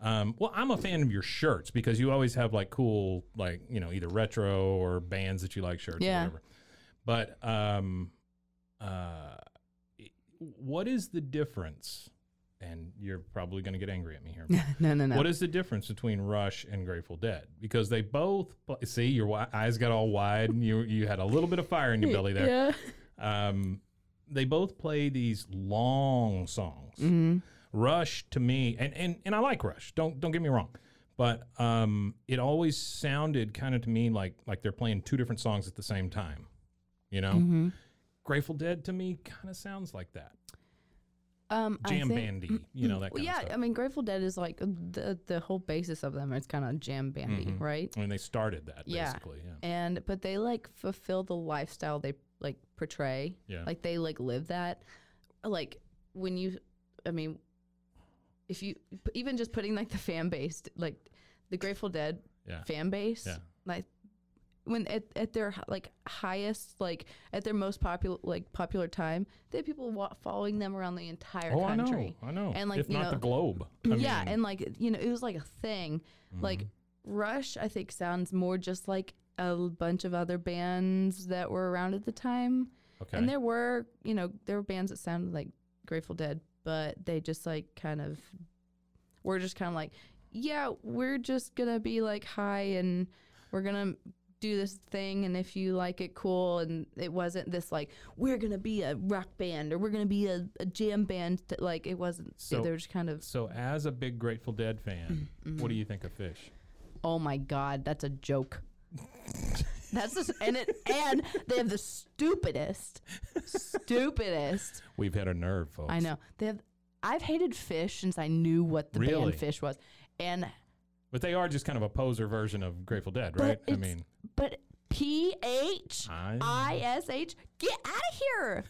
B: Um, well, I'm a fan of your shirts because you always have like cool, like you know, either retro or bands that you like shirts.
A: Yeah.
B: Or whatever. But um, uh, what is the difference? And you're probably going to get angry at me here. but
A: No, [LAUGHS] no, no.
B: What is the difference between Rush and Grateful Dead? Because they both pl- see your wi- eyes got all wide. And you you had a little bit of fire in your
A: [LAUGHS]
B: belly there
F: Yeah.
B: um, they both play these long songs.
A: Mm-hmm,
B: Rush to me, and, and and I like Rush. Don't don't get me wrong, but um, it always sounded kind of to me like like they're playing two different songs at the same time. You know,
A: Mm-hmm.
B: Grateful Dead to me kind of sounds like that
A: um, I
B: jam
A: think-
B: bandy. You know that.
A: Well, yeah,
B: Kind
A: um,
B: of
A: I
B: stuff.
A: mean, Grateful Dead is like the the whole basis of them. It's kind of jam bandy, right?
B: I mean, they started that
A: Yeah.
B: basically. Yeah.
A: and but they like fulfill the lifestyle they like portray
B: Yeah.
A: like they like live that like when you i mean if you p- even just putting like the fan base like the grateful dead
B: Yeah.
A: fan base
B: Yeah.
A: like when at, at their h- like highest like at their most popular like popular time they had people wa- following them around the entire
B: Oh, I know.
A: country
B: I know.
A: and like
B: if
A: you
B: not
A: know
B: the globe.
A: [CLEARS THROAT]
B: I
A: yeah,
B: mean, Mm-hmm.
A: and like you know, it was like a thing. Like Rush, I think sounds more just like a l- bunch of other bands that were around at the time.
B: okay.
A: And there were, you know, there were bands that sounded like Grateful Dead, but they just like kind of were just kind of like, yeah, we're just gonna be like high and we're gonna do this thing and if you like it cool and it wasn't this like we're gonna be a rock band or we're gonna be a, a jam band that, like it wasn't
B: So-
A: they were just kind of
B: so, as a big Grateful Dead fan,
A: Mm-hmm.
B: what do you think of Fish?
A: Oh my god, that's a joke.
B: [LAUGHS]
A: that's just, and it and they have the stupidest, stupidest.
B: We've had a nerve, folks.
A: I know they have. I've hated fish since I knew what the
B: Really?
A: band Fish was, and
B: But they are just kind of a poser version of Grateful Dead,
A: But
B: right? I
A: it's-
B: mean,
A: but P H
B: I-
A: I S H, get out of here.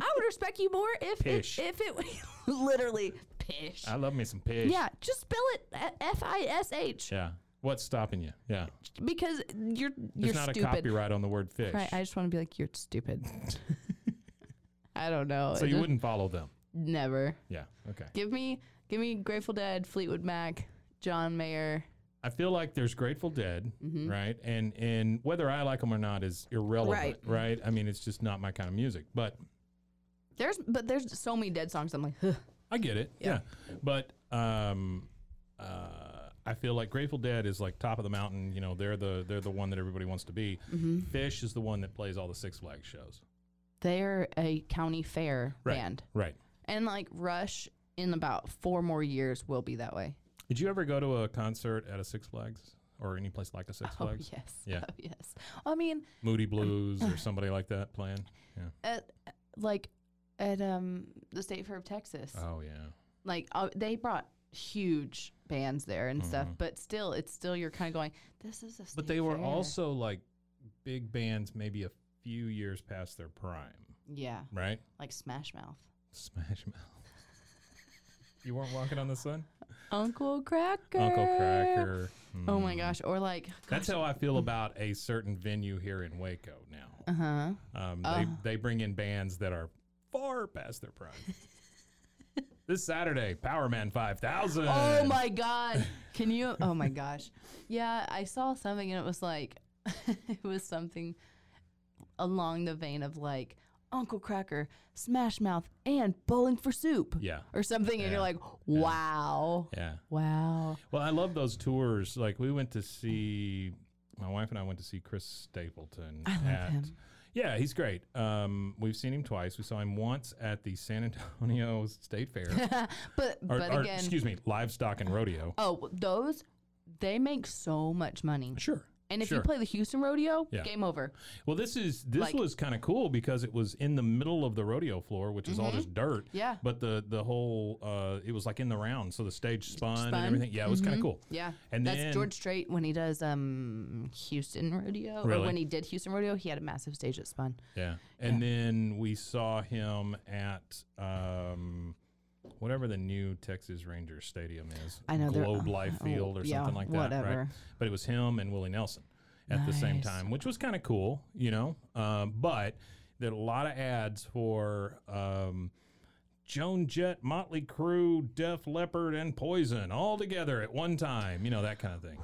A: I would respect you more if
B: Pish.
A: it if it [LAUGHS] literally pish.
B: I love me some pigs.
A: yeah, just spell it F I S H
B: Yeah. What's stopping you? Yeah.
A: because you're you're
B: There's not
A: stupid.
B: a copyright on the word fish.
A: Right. I just want to be like, you're
B: [LAUGHS]
A: stupid. I don't know.
B: so
A: It
B: you
A: just-
B: wouldn't follow them.
A: never
B: Yeah. Okay.
A: give me give me Grateful Dead, Fleetwood Mac, John Mayer.
B: I feel like there's Grateful Dead,
A: Mm-hmm.
B: right? And and whether I like them or not is irrelevant, right. I mean, it's just not my kind of music. But
A: There's but there's so many Dead songs. I'm like, Ugh.
B: I get it. Yeah. But um uh I feel like Grateful Dead is like top of the mountain, you know, they're the they're the one that everybody wants to be.
A: Mm-hmm.
B: Fish is the one that plays all the Six Flags shows.
A: they're a county fair band,
B: Right.
A: and like Rush in about four more years will be that way.
B: Did you ever go to a concert at a Six Flags or any place like a Six
A: [LAUGHS] Oh
B: Flags?
A: yes.
B: Yeah.
A: Oh yes. I mean,
B: Moody Blues [CLEARS THROAT] or somebody like that playing.
A: at, like at um the State Fair of Texas,
B: Oh yeah.
A: like uh, they brought huge bands there and stuff, but still, it's still you're kind of going, this is a.
B: Mm-hmm. But
A: state
B: they were
A: fair."
B: also like big bands, maybe a few years past their prime,
A: yeah,
B: right?
A: like Smash Mouth.
B: Smash Mouth. you weren't walking on the sun,
A: Uncle Cracker.
B: Uncle Cracker. Hmm. Mm.
A: Oh my gosh! Or like,
B: That's how I feel about a certain venue here in Waco now.
A: uh huh.
B: Um,
A: Uh.
B: they, they bring in bands that are far past
A: [LAUGHS]
B: their prime. this Saturday, Power Man 5000. [LAUGHS]
A: Oh my god! Can you? Oh my gosh! Yeah, I saw something and it was like, [LAUGHS] it was something along the vein of like Uncle Cracker, Smash Mouth, and Bowling for Soup.
B: Yeah.
A: Or something, and
B: Yeah.
A: you're like, wow,
B: Yeah.
A: wow.
B: Well, I love those tours. Like we went to see my wife and I went to see Chris Stapleton. I
A: love him.
B: Yeah, he's great. Um, we've seen him twice. We saw him once at the San Antonio State
A: [LAUGHS]
B: Fair.
A: But
B: or,
A: but
B: or,
A: again,
B: excuse me, livestock and rodeo.
A: oh those, they make so much money.
B: Sure.
A: And if
B: sure.
A: you play the Houston Rodeo,
B: Yeah.
A: game over.
B: Well, this is this
A: Like-
B: was kind of cool because it was in the middle of the rodeo floor, which is all just dirt.
A: Mm-hmm. Yeah.
B: But the the whole uh, it was like in the round, so the stage spun, and
A: Spun. Mm-hmm.
B: everything. Yeah, it was kind of cool.
A: Yeah,
B: And
A: that's
B: then
A: George Strait when he does um Houston Rodeo,
B: Really?
A: or when he did Houston Rodeo, he had a massive stage that spun.
B: Yeah. And then we saw him at um, whatever the new Texas Rangers stadium is.
A: I know they're-
B: Globe Life
A: oh,
B: Field or
A: yeah,
B: something like that. Right.
A: whatever.
B: But it was him and Willie Nelson at the same
A: Nice.
B: time, which was kind of cool, you know. Um, but there are a lot of ads for um, Joan Jett, Motley Crue, Def Leppard, and Poison all together at one time, you know, that kind of thing.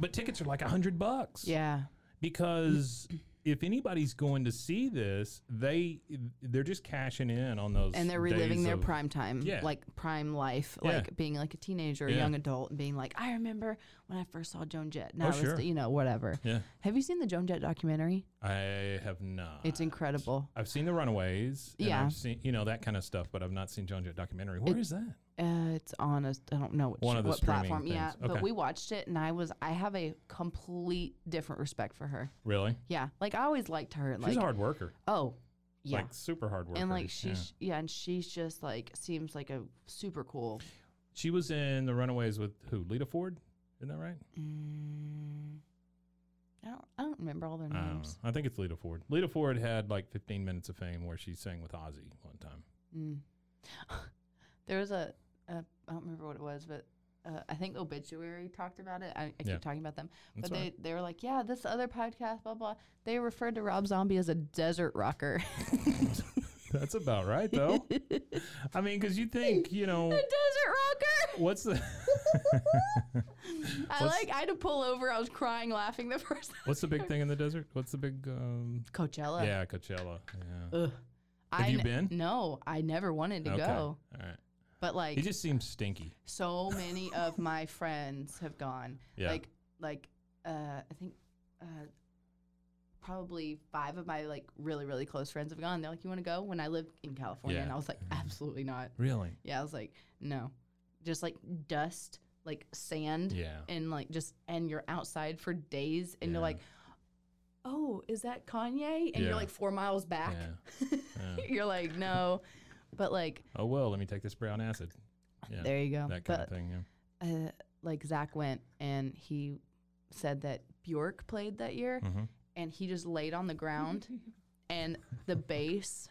B: But tickets are like a hundred bucks
A: Yeah,
B: because if anybody's going to see this, they they're just cashing in on those
A: and they're
B: days
A: reliving their
B: of-
A: prime time,
B: Yeah.
A: like prime life,
B: Yeah.
A: like being like a teenager, or
B: Yeah.
A: a young adult, and being like, I remember when I first saw Joan Jett. Now
B: Oh,
A: I was,
B: sure.
A: you know, whatever.
B: Yeah,
A: Have you seen the Joan Jett documentary?
B: I have not.
A: It's incredible.
B: I've seen the Runaways. and
A: Yeah.
B: I've seen you know that kind of stuff, but I've not seen Joan Jett documentary. Where is that?
A: Uh, it's on a, I don't know which,
B: One of the
A: what
B: streaming
A: platform. Yeah,
B: things. Okay.
A: but we watched it, and I was, I have a complete different respect for her.
B: Really?
A: Yeah, like I always liked her. Like,
B: She's a hard worker.
A: oh, yeah.
B: Like super hard worker.
A: and like
B: yeah.
A: she's yeah. and she's just like seems like a super cool
B: she was in the Runaways with who? Lita Ford. Isn't that right?
A: mm, I, don't, I don't remember all their
B: I, don't
A: names
B: know. Um, I think it's Lita Ford. Lita Ford had like 15 minutes of fame where she sang with Ozzy one time.
A: mm. [LAUGHS] there was a, a i don't remember what it was but uh, i think obituary talked about it i, I
B: Yeah.
A: keep talking about them
B: That's
A: but they,
B: all right.
A: they were like yeah this other podcast blah blah they referred to rob zombie as a desert rocker [LAUGHS]
B: That's about right though. I mean, because you think you know.
A: desert rocker
B: What's the
A: [LAUGHS] i
B: What's-
A: like i had to pull over i was crying laughing the first time
B: what's
A: [LAUGHS]
B: the big thing in the desert? What's the big um
A: coachella
B: yeah, Coachella. Yeah.
A: I
B: you
A: n-
B: been?
A: no i never wanted to go
B: All right.
A: but like
B: He just seems stinky.
A: so many of
B: [LAUGHS]
A: my friends have gone.
B: Yeah.
A: Like like uh, I think uh, probably five of my like really really close friends have gone. They're like, "You want to go?" When I lived in California,
B: Yeah. Mm-hmm.
A: and I was like, "Absolutely not." [LAUGHS]
B: Really?
A: Yeah, I was like, "No," just like dust, like sand,
B: Yeah.
A: and like just and you're outside for days, and
B: Yeah.
A: you're like. Oh, is that Kanye? And
B: Yeah.
A: you're like four miles back.
B: Yeah. Yeah.
A: [LAUGHS] You're like, no. But like,
B: Oh well, let me take this
A: [LAUGHS]
B: brown acid. Yeah.
A: there you go.
B: that kind
A: But
B: of thing. Yeah.
A: uh, like Zach went and he said that Bjork played that year, [LAUGHS]
B: Mhm.
A: and he just laid on the ground, and the bass,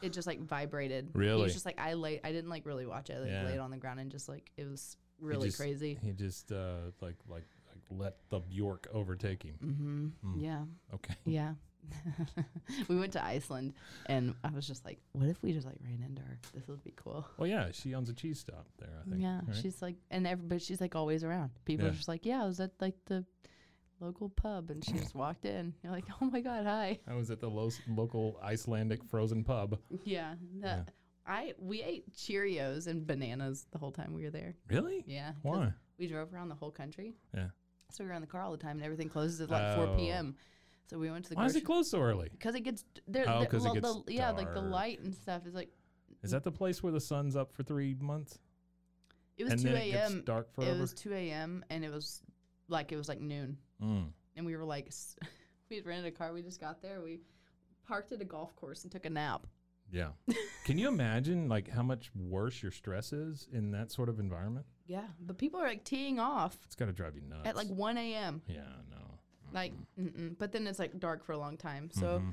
A: it just like vibrated. he
B: Really?
A: was just like I lay, I didn't like really watch it. I like,
B: Yeah.
A: laid on the ground and just like it was
B: He
A: really
B: just-
A: crazy.
B: He just uh like like like let the Bjork overtake him.
A: Mm-hmm.
B: Hmm.
A: Yeah,
B: Okay.
A: yeah. [LAUGHS] we went to Iceland, and I was just like, "What if we just like ran into her? This would be cool."
B: Well, yeah, she owns a cheese stop there. I think.
A: Yeah,
B: right?
A: she's like, and every, but she's like always around. People
B: Yeah.
A: are just like, yeah, I was at like the local pub, and she just walked in. You're like, oh my god, hi.
B: I was at the lo- local Icelandic frozen pub.
A: [LAUGHS] Yeah, that I we ate Cheerios and bananas the whole time we were there.
B: Really?
A: Yeah, 'cause
B: Why?
A: We drove around the whole country,
B: Yeah.
A: so we were in the car all the time, and everything closes at like 4
B: Oh.
A: p.m. So we went to the
B: Why is
A: grocery
B: it closed so early?
A: because it gets d- there.
B: Oh,
A: the-
B: 'cause it
A: well,
B: gets
A: the- yeah, like the
B: dark.
A: light and stuff is like
B: Is that the place where the sun's up for three months?
A: it was
B: And
A: 2
B: then it gets
A: a.m.
B: dark
A: It
B: forever?
A: was 2 a.m. and it was like it was like noon,
B: Mm.
A: and we were like, s- [LAUGHS] we had rented a car. We just got there. We parked at a golf course and took a nap. [LAUGHS]
B: Yeah. Can you imagine like how much worse your stress is in that sort of environment?
A: Yeah, but people are like teeing off
B: It's got to drive you nuts. Mm-hmm.
A: at like 1 a.m.
B: yeah, no.
A: Like, mm-mm. but then it's like dark for a long time. So,
B: Mm-hmm.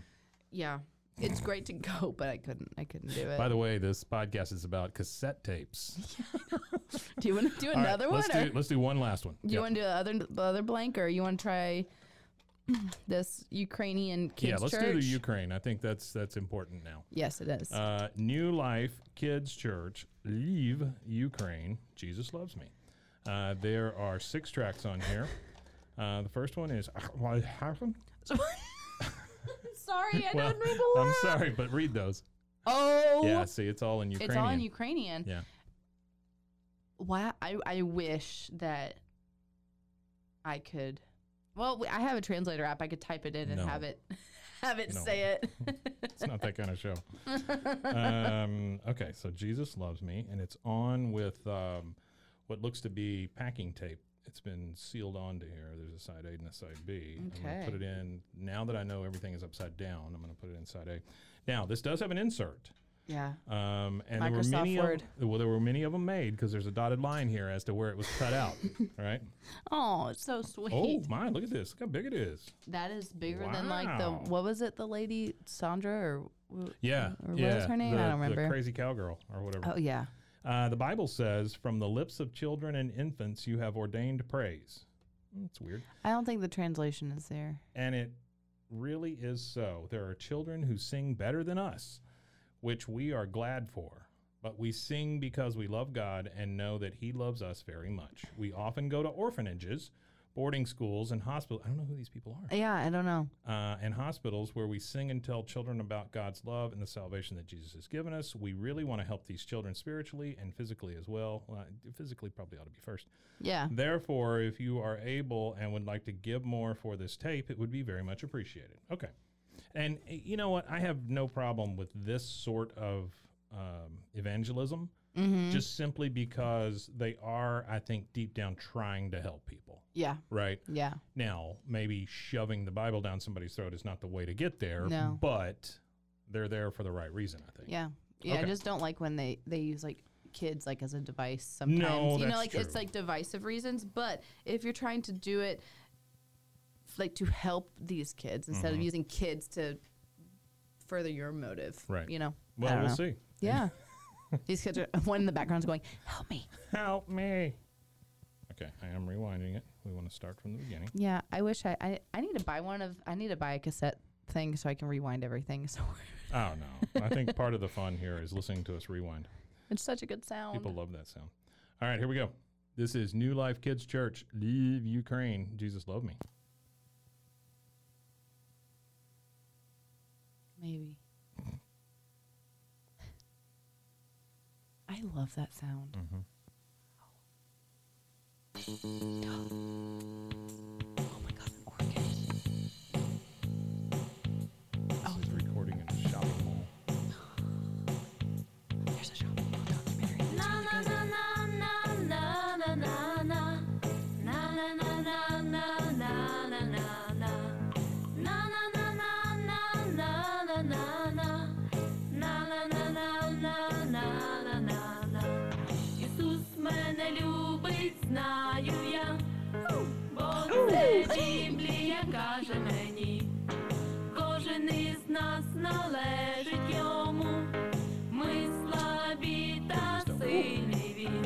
A: yeah, it's great to go, but I couldn't. I couldn't do it.
B: By the way, this podcast is about cassette tapes.
A: do you want to do
B: All right,
A: [LAUGHS] another one?
B: let's
A: or
B: do let's do one last one.
A: you
B: Yeah.
A: want to do the other the other blank, or you want to try [CLEARS THROAT] this Ukrainian kids
B: yeah, let's
A: church?
B: do the Ukraine. I think that's that's important now.
A: yes, it is.
B: Uh, New Life Kids Church, Leave Ukraine, Jesus Loves Me. Uh, there are six tracks on here. Uh, the first one is. [LAUGHS] Well,
A: [LAUGHS]
B: [LAUGHS]
A: Sorry, I don't read the
B: [LAUGHS] I'm
A: word.
B: sorry, but read those.
A: Oh,
B: Yeah, see, it's all in Ukrainian.
A: it's all in Ukrainian.
B: Yeah.
A: Wow, I, I wish that I could. Well, we- I have a translator app. I could type it in and
B: No.
A: have it [LAUGHS] have it
B: No.
A: say it.
B: [LAUGHS] It's not that kind of show.
A: [LAUGHS]
B: um, okay, so Jesus loves me, and it's on with um, what looks to be packing tape. It's been sealed onto here. There's a side A and a side B. I'm going
A: Okay.
B: to put it in. Now that I know everything is upside down, I'm going to put it in side A. Now, this does have an insert.
A: yeah.
B: Um, and
A: Microsoft
B: there were many
A: Word.
B: Of, well, there were many of them made because there's a dotted line here as to where it was
A: [LAUGHS]
B: cut out, right?
A: Oh, it's so sweet.
B: Oh my! Look at this. Look how big it is.
A: That is bigger than like the
B: Wow.
A: what was it? The lady Sandra or wh-
B: Yeah.
A: Or what
B: yeah.
A: was her name? I
B: The-
A: don't remember.
B: The crazy cowgirl or whatever.
A: oh yeah.
B: Uh, the Bible says, "From the lips of children and infants, you have ordained praise." Hmm, That's weird,
A: I don't think the translation is there.
B: and it really is so. There are children who sing better than us, which we are glad for. But we sing because we love God and know that He loves us very much. We often go to orphanages, boarding schools, and hospitals. I don't know who these people are.
A: Yeah, I don't know.
B: uh, and hospitals where we sing and tell children about God's love and the salvation that Jesus has given us. We really want to help these children spiritually and physically as well. well physically probably ought to be first.
A: Yeah.
B: Therefore, if you are able and would like to give more for this tape, it would be very much appreciated. Okay. And eh, you know what? I have no problem with this sort of um, evangelism
A: Mm-hmm.
B: just simply because they are, I think, deep down trying to help people,
A: Yeah.
B: right?
A: Yeah.
B: Now, maybe shoving the Bible down somebody's throat is not the way to get there,
A: No.
B: but they're there for the right reason, I think.
A: Yeah. Yeah, I
B: Okay.
A: just don't like when they they use like kids like as a device sometimes. you
B: that's
A: know like it's
B: true.
A: like divisive reasons, but if you're trying to do it like to help these kids instead
B: Mm-hmm.
A: of using kids to further your motive,
B: Right.
A: You know. I
B: Well,
A: don't
B: we'll
A: know.
B: see. [LAUGHS]
A: Yeah. these kids are [LAUGHS] one in the background's going, "Help me."
B: Help me. Okay, I am rewinding it. We want to start from the
A: [LAUGHS]
B: beginning.
A: Yeah, I wish I, I I need to buy one of I need to buy a cassette thing so I can rewind everything. [LAUGHS] So
B: Oh, no. I think part of the fun here is listening to us rewind.
A: it's such a good sound.
B: People love that sound. All right, here we go. This is New Life Kids Church. Leave Ukraine. Jesus love me.
A: Maybe. I love that sound. Oh my god, an organ.
B: This is recording in a shopping mall.
A: There's a shopping mall documentary.
C: Na na na na na na na na na na na na na na na na na na na na na na na na na na на на на на Ісус мене любить, знаю я, бо це Біблія каже мені, кожен із нас належить йому. Ми слабі та сильні він.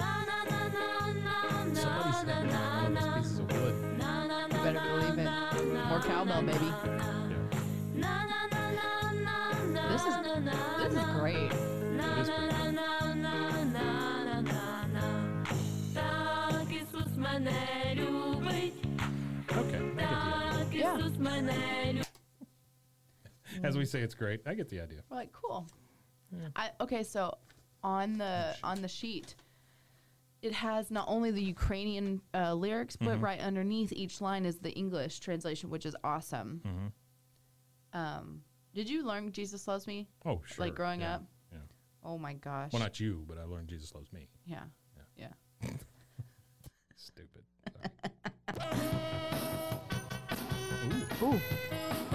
B: Somebody
C: На-на-на-на-на-на-на-на.
B: snapped me. This piece is so good.
C: На-на-на-на-на-на-на.
A: Better believe it. More cowbell, baby.
C: На-на-на-на-на-на-на.
A: This is this is great.
C: На-на-на-на-на-на-на-на. Так Ісус мене любить,
B: Okay, I get the idea.
A: Yeah.
C: так Ісус мене любить.
B: As we say, it's great. I get the idea.
A: We're like, cool. I okay, so on the on the sheet, it has not only the Ukrainian uh, lyrics, but right underneath each line is the English translation, which is awesome. Um, did you learn "Jesus Loves Me"?
B: Oh, sure.
A: Like growing
B: yeah,
A: up?
B: Yeah.
A: Oh my gosh!
B: Well, not you, but I learned Jesus loves me.
A: yeah, yeah.
B: Stupid. Sorry.
H: Ooh.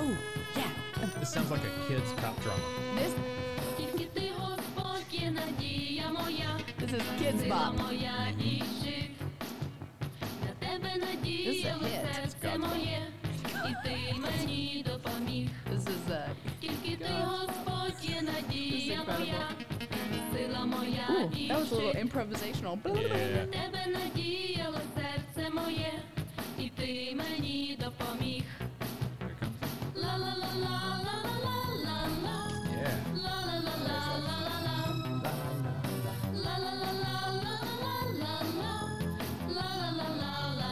H: Ooh. Yeah.
B: [LAUGHS] This sounds like a kid's cop drama.
H: This
C: Тільки ти, Господь, є надія моя,
H: this is kids
C: сила
H: bop.
C: моя і жив. На тебе
H: This
C: надія,
H: is a hit.
C: в серце моє, і ти мені допоміг.
H: This is uh
C: Тільки ти, Господь, є надія моя, сила моя
H: Ooh,
C: і
H: that was a little
C: жив.
H: improvisational.
B: Yeah.
C: Тебе надіяло серце моє, і ти мені допоміг. Ла-ла-ла-ла-ла-ла-ла-ла.
B: Yeah.
C: Ла-ла-ла-ла-ла-ла-ла. Ла-ла-ла-ла-ла-ла-ла-ла. Ла-ла-ла-ла-ла-ла-ла.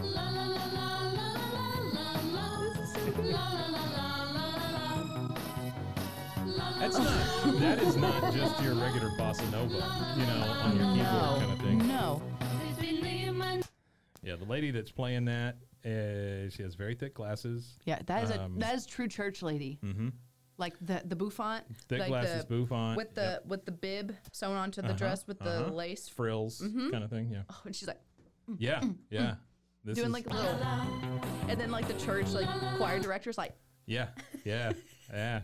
C: Ла-ла-ла-ла-ла-ла-ла-ла. Ла-ла-ла-ла-ла-ла-ла.
B: That's not. That is not just your regular bossa nova, you know, on your keyboard kind of
H: No.
B: thing.
H: No.
C: Ти звільнив мене.
B: Yeah, the lady that's playing that, uh, she has very thick glasses.
A: Yeah, that is
B: Um,
A: a that is true church lady. Mm-hmm. Like the the bouffant.
B: Thick
H: Like
B: glasses,
H: the-
B: bouffant.
H: With the
B: yep.
H: with the bib sewn onto the dress with the
B: uh-huh.
H: lace.
B: frills kind of thing. Yeah.
H: Oh, [LAUGHS] and she's like
B: Yeah. Yeah. This
H: doing
B: is,
H: like a little and then like the church like choir director's like
B: Yeah. Yeah. [LAUGHS] Yeah.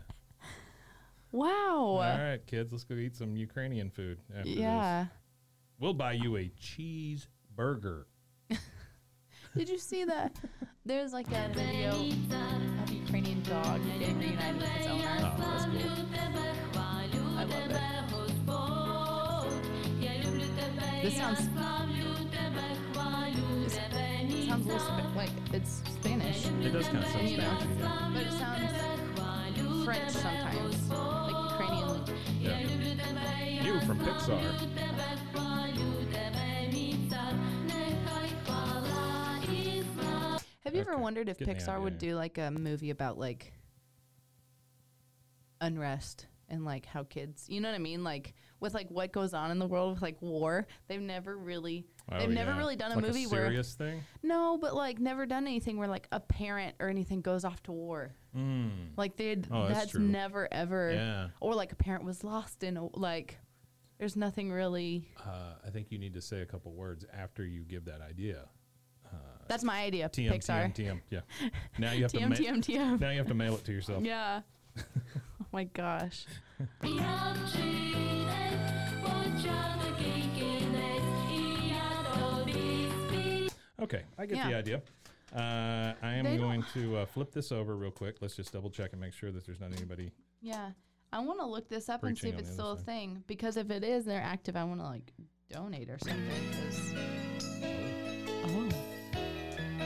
B: All
H: Wow.
B: right, kids, let's go eat some Ukrainian food. After This.
H: Yeah.
B: We'll buy you a cheeseburger.
H: Did you see that? There's like that video of a Ukrainian dog getting reunited with its owner.
C: Славлю тебе, хвалю тебе, Господь. Я люблю тебе,
H: This
C: я
H: sounds-
C: славлю тебе, хвалю тебе,
H: It
C: мій
H: sounds a little spa- like it's Spanish,
B: It does kind of sound
H: You know.
B: Spanish. Yeah.
H: but it sounds French sometimes, like Ukrainian.
B: yeah. You from Pixar.
C: тебе, хвалю тебе, мій цар. Нехай хвала і слава.
A: Have you ever
B: Okay,
A: wondered if
B: getting the
A: Pixar
B: idea,
A: would
B: yeah.
A: do like a movie about like unrest and like how kids, you know what I mean, like with like what goes on in the world with like war? They've never really
B: Oh,
A: they've never
B: yeah.
A: really done a
B: Like
A: movie
B: a
A: where
B: serious thing.
A: no, but like never done anything where like a parent or anything goes off to war.
B: Mm.
A: Like they would
B: Oh, that's
A: that's,
B: true.
A: never ever
B: Yeah.
A: or like a parent was lost in a, like there's nothing really
B: Uh, I think you need to say a couple words after you give that idea.
A: That's my idea.
B: TM,
A: Pixar.
B: TM, TM. Yeah. Now you
A: [LAUGHS]
B: have to
A: TM,
B: ma-
A: TM,
B: [LAUGHS]
A: TM.
B: Now you have to mail it to yourself.
A: Yeah. [LAUGHS] oh my gosh.
C: Я вчинець, початок і кінець, і я тобі спів.
B: Okay, I get the
A: Yeah.
B: idea. Uh, I am
A: They don't-
B: going to uh, flip this over real quick. Let's just double check and make sure that there's not anybody.
A: Yeah. I want to look this up and see
B: Preaching
A: if
B: on
A: it's
B: the
A: still
B: other
A: a thing because if it is and they're active, I want to like donate or something. 'cause- Oh.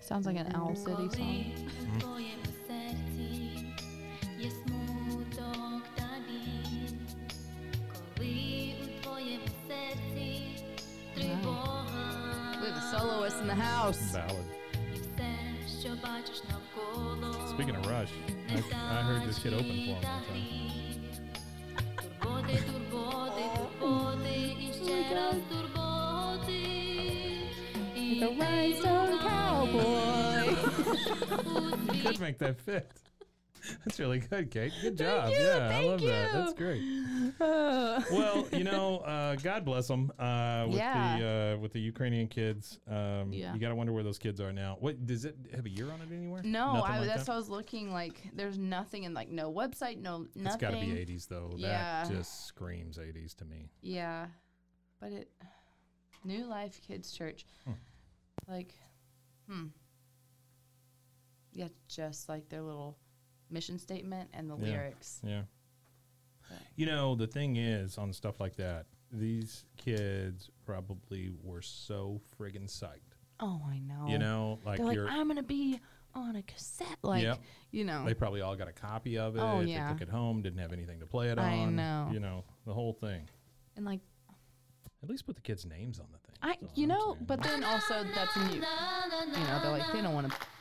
A: Sounds like an Owl City song.
C: В твоєму серці є смуток та біль, коли у твоєму серці тривога,
A: We have a soloist in the house.
B: Valid.
C: все, що бачиш навколо,
B: Speaking of Rush, I, I heard this kid open for him one time.
C: турботи, турботи, турботи, і ще раз турботи. І
H: The rhinestone cowboy.
C: у світ
B: Could make that fit. [LAUGHS] That's really good, Kate. Good job. yeah, I love that. That's great.
A: [LAUGHS]
B: well, you know, uh, God bless them uh, with the
A: Yeah.
B: uh, with the Ukrainian kids. Um,
A: Yeah.
B: You got to wonder where those kids are now. What does it have a year on it anywhere?
A: [LAUGHS] No,
B: Nothing
A: I,
B: like
A: that's
B: that?
A: what I was looking like. There's nothing in like no website, no nothing.
B: It's got to be 80s though.
A: Yeah.
B: That just screams 80s to me.
A: Yeah, but it New Life Kids Church,
B: Hmm.
A: like, hmm. Yeah, just like their little mission statement and the
B: Yeah.
A: lyrics.
B: Yeah. You know, the thing is on stuff like that, these kids probably were so friggin' psyched.
A: Oh, I know.
B: You know, like
A: they're like,
B: you're
A: I'm gonna be on a cassette. Like,
B: Yep.
A: you know,
B: They probably all got a copy of it.
A: Oh, yeah.
B: They took it home, didn't have anything to play it on.
A: I know.
B: You know, the whole thing.
A: and like
B: At least put the kids' names on the thing.
A: I,
B: That's all
A: you
B: I'm
A: know,
B: saying.
A: but then also that's mute. You know, they're like they don't want to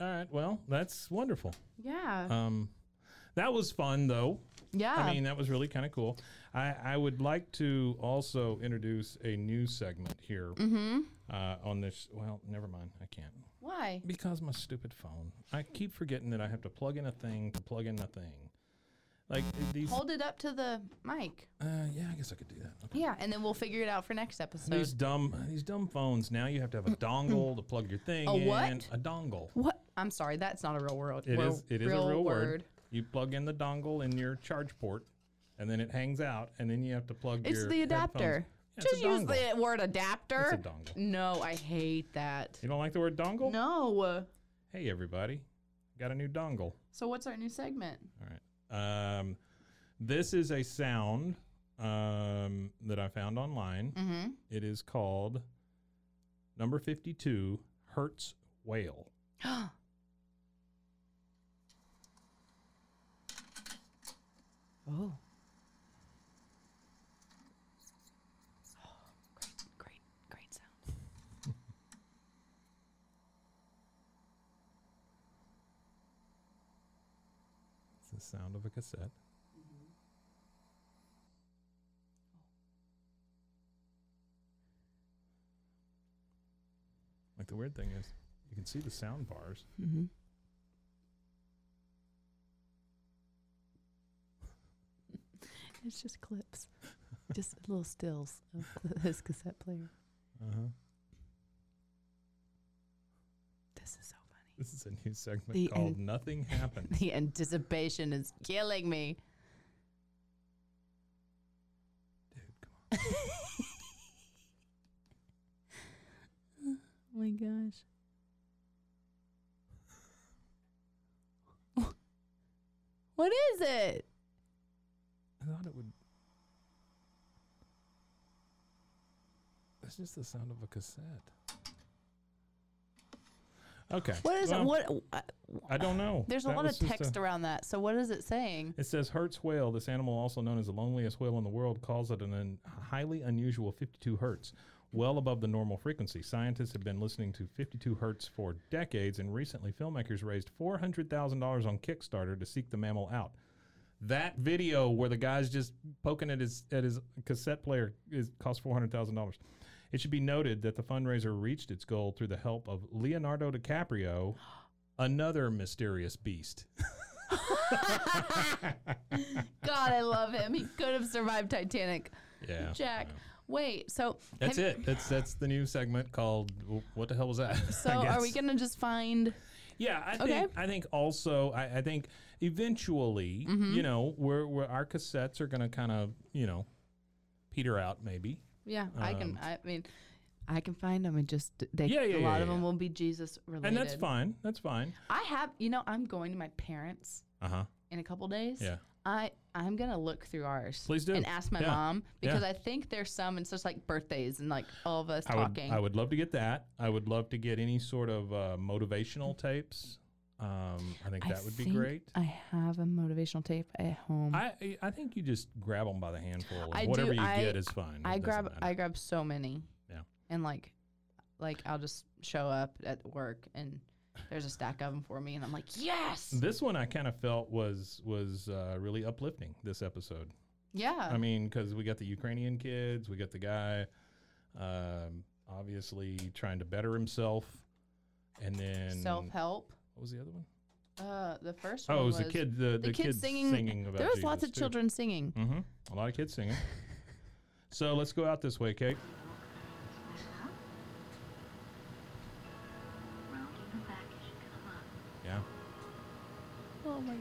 B: All right. Well, that's wonderful.
I: Yeah.
B: Um, that was fun though.
I: yeah.
A: Ah.
B: I mean, that was really kind of cool. I, I would like to also introduce a new segment here
A: Mm-hmm.
B: uh, on this. Well, never mind. I can't
A: Why?
B: because my stupid phone. I keep forgetting that I have to plug in a thing to plug in a thing. Like these.
A: Hold it up to the mic.
B: Uh, yeah, I guess I could do that.
A: Yeah, and then we'll figure it out for next episode.
B: These dumb, these dumb phones. Now you have to
A: [CLEARS THROAT]
B: have a dongle to plug your thing
A: A
B: in.
A: what?
B: A dongle.
A: What? I'm sorry, that's not a real world.
B: It is.
A: world-
B: It is a real word. You plug in the dongle in your charge port, and then it hangs out, and then you have to plug
A: It's
B: your
A: the
B: headphones.
A: adapter.
B: Yeah, it's
A: Just
B: a
A: use
B: dongle.
A: the word adapter.
B: It's a dongle.
A: No, I hate that.
B: You don't like the word dongle?
A: No.
B: Hey, everybody, got a new dongle.
A: So what's our new segment?
B: All right. Um, this is a sound um, that I found online.
A: Mm-hmm.
B: It is called number fifty-two Hertz whale.
A: Oh.
I: great, great sound.
B: It's the sound of a cassette. Mm-hmm. Like the weird thing is, you can see the sound bars.
I: Mm-hmm.
A: [LAUGHS] It's just clips. just little stills of [LAUGHS] his cassette player.
B: Uh huh.
A: This is so funny.
B: This is a new segment
A: The
B: called
A: en-
B: "Nothing Happened."
A: [LAUGHS] The anticipation is killing me.
B: Dude, come on.
A: [LAUGHS] Oh my gosh. What is it?
B: I thought it would. It's just the sound of a cassette. Okay.
A: What is
B: well,
A: it? What? Uh,
B: I don't know.
A: there's a
B: That
A: lot
B: was
A: of
B: just
A: text
B: a-
A: around that. So what is it
B: [LAUGHS]
A: saying? [LAUGHS]
B: It says Hertz whale, this animal also known as the loneliest whale in the world, calls it an un- highly unusual 52 hertz, well above the normal frequency. Scientists have been listening to 52 hertz for decades, and recently filmmakers raised $400,000 on Kickstarter to seek the mammal out. That video where the guy's just poking at his at his cassette player is cost four hundred thousand dollars. It should be noted that the fundraiser reached its goal through the help of Leonardo DiCaprio, [GASPS] another mysterious beast.
A: God, I love him. He could have survived Titanic.
B: Yeah,
A: Jack,
B: yeah.
A: wait. So
B: That's
A: have-
B: it. That's that's the new segment called "W- "What the hell was that?" [LAUGHS] I
A: So are we
B: guess.
A: gonna just find?
B: Yeah, I
A: Okay.
B: think I think also I, I think eventually
A: Mm-hmm.
B: you know where where our cassettes are gonna kind of you know peter out maybe.
A: Yeah, I
B: Um,
A: can. I mean, I can find them and just they.
B: Yeah, yeah,
A: a
B: yeah,
A: lot of
B: yeah.
A: them will be Jesus related.
B: And that's fine. That's fine.
A: I have. You know, I'm going to my parents
B: Uh huh.
A: in a couple days.
B: Yeah.
A: I I'm gonna look through ours.
B: Please do.
A: And ask my
B: Yeah.
A: mom
B: Yeah.
A: because I think there's some and such like birthdays and like all of us
B: I would
A: talking.
B: I would love to get that. I would love to get any sort of uh, motivational tapes. Um, I think
A: I
B: that would be
A: think
B: great.
A: I have a motivational tape at home.
B: I I- I think you just grab them by the handful. And
A: I do-
B: whatever you
A: I-
B: get is fine.
A: I
B: It doesn't
A: grab
B: matter.
A: I grab so many.
B: Yeah.
A: And like like I'll just show up at work and there's a stack of them for me and I'm like, "Yes."
B: This one I kind of felt was was uh, really uplifting. This episode,
A: yeah.
B: I mean, because we got the Ukrainian kids, we got the guy, um, obviously trying to better himself, and then
A: Self-help.
B: What was the other one?
A: Uh the first one
B: Oh, it was
A: was
B: the kid, the, the,
A: the kids singing-
B: about.
A: There was lots of
B: Jesus, too.
A: children singing.
B: hmm A lot of kids singing. so let's go out this way, Kate.
J: Rounding the back as you come up.
B: Yeah.
A: Oh my gosh.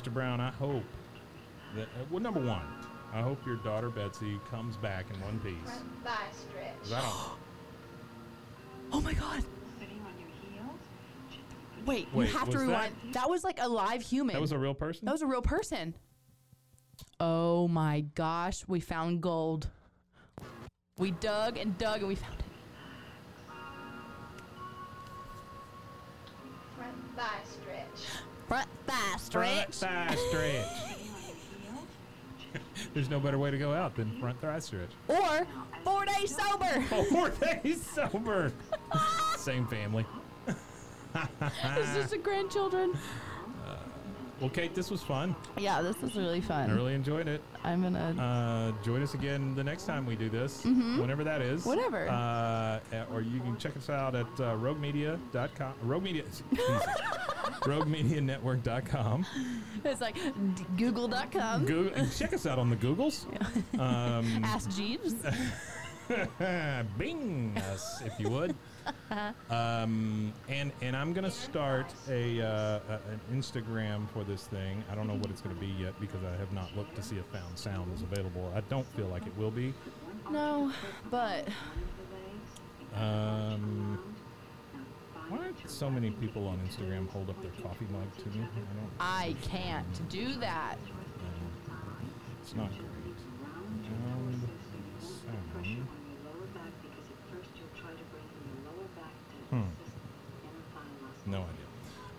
B: Mr. Brown, I hope that, uh, well, number one, I hope your daughter Betsy comes back in one piece.
C: Bye, stretch.
B: 'Cause I don't-
A: Oh my god.
J: Sitting on your heels, gently push
A: Wait,
B: Wait,
A: you have to
B: was that-
A: rewind. That? was like a live human.
B: that was a real person?
A: That was a real person. Oh my gosh, we found gold. We dug and dug and we found it.
C: Front by stretch.
K: Front thigh
B: Front
K: stretch.
B: thigh stretch. There's no better way to go out than front thigh stretch.
K: Or four days
A: [LAUGHS]
K: sober.
B: [LAUGHS] Four days sober. Same family. Ah.
A: It's just the grandchildren.
B: Well, Kate, this was fun.
A: Yeah, this is really
B: I
A: fun.
B: really enjoyed it.
A: I'm gonna.
B: Uh, join us again the next time we do this, whenever that is.
A: Whenever.
B: Uh, a- or you can check us out at uh, roguemedia.com. Rogue Media. [LAUGHS] Jesus. RogueMediaNetwork.com.
A: it's like d- Google.com.
B: Google, and check us out on the Googles. Um,
A: Ask Jeeves.
B: [LAUGHS] Bing us if you would. um, and and I'm gonna start a, uh, a an Instagram for this thing. I don't know what it's gonna be yet because I have not looked to see if Found Sound is available. I don't feel like it will be.
A: No, but
B: Um, why do so many people on Instagram hold up their coffee mug to me? I
A: I
B: don't.
A: can't do that.
B: It's not great. Found Sound. Hmm. No idea.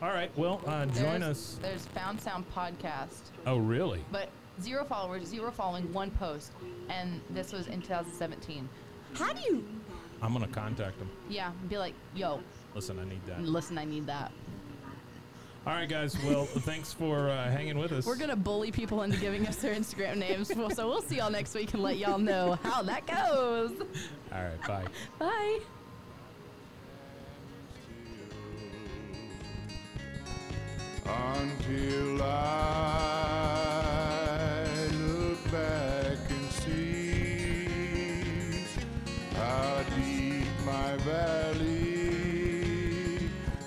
B: All right. Well, uh, join us.
A: There's- There's Found Sound podcast,
B: Oh, really?
A: but zero followers, zero following, one post, and this was in 2017.
K: How do you?
B: I'm gonna contact them.
A: Yeah, be like, yo,
B: Listen, I need that.
A: listen, I need that.
B: All right, guys.
A: [LAUGHS]
B: Well, thanks for uh, hanging with us.
A: We're gonna bully people into giving us their Instagram names, so we'll see y'all next week and let y'all know how that goes.
B: All right.
A: [LAUGHS]
B: Bye.
A: Bye.
G: until I look back and see how deep my valley,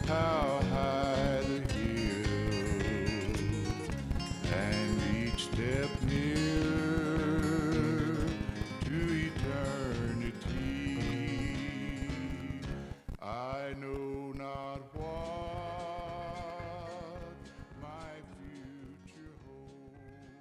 G: how high the hill, and each step nearer to eternity. I know not what my future holds.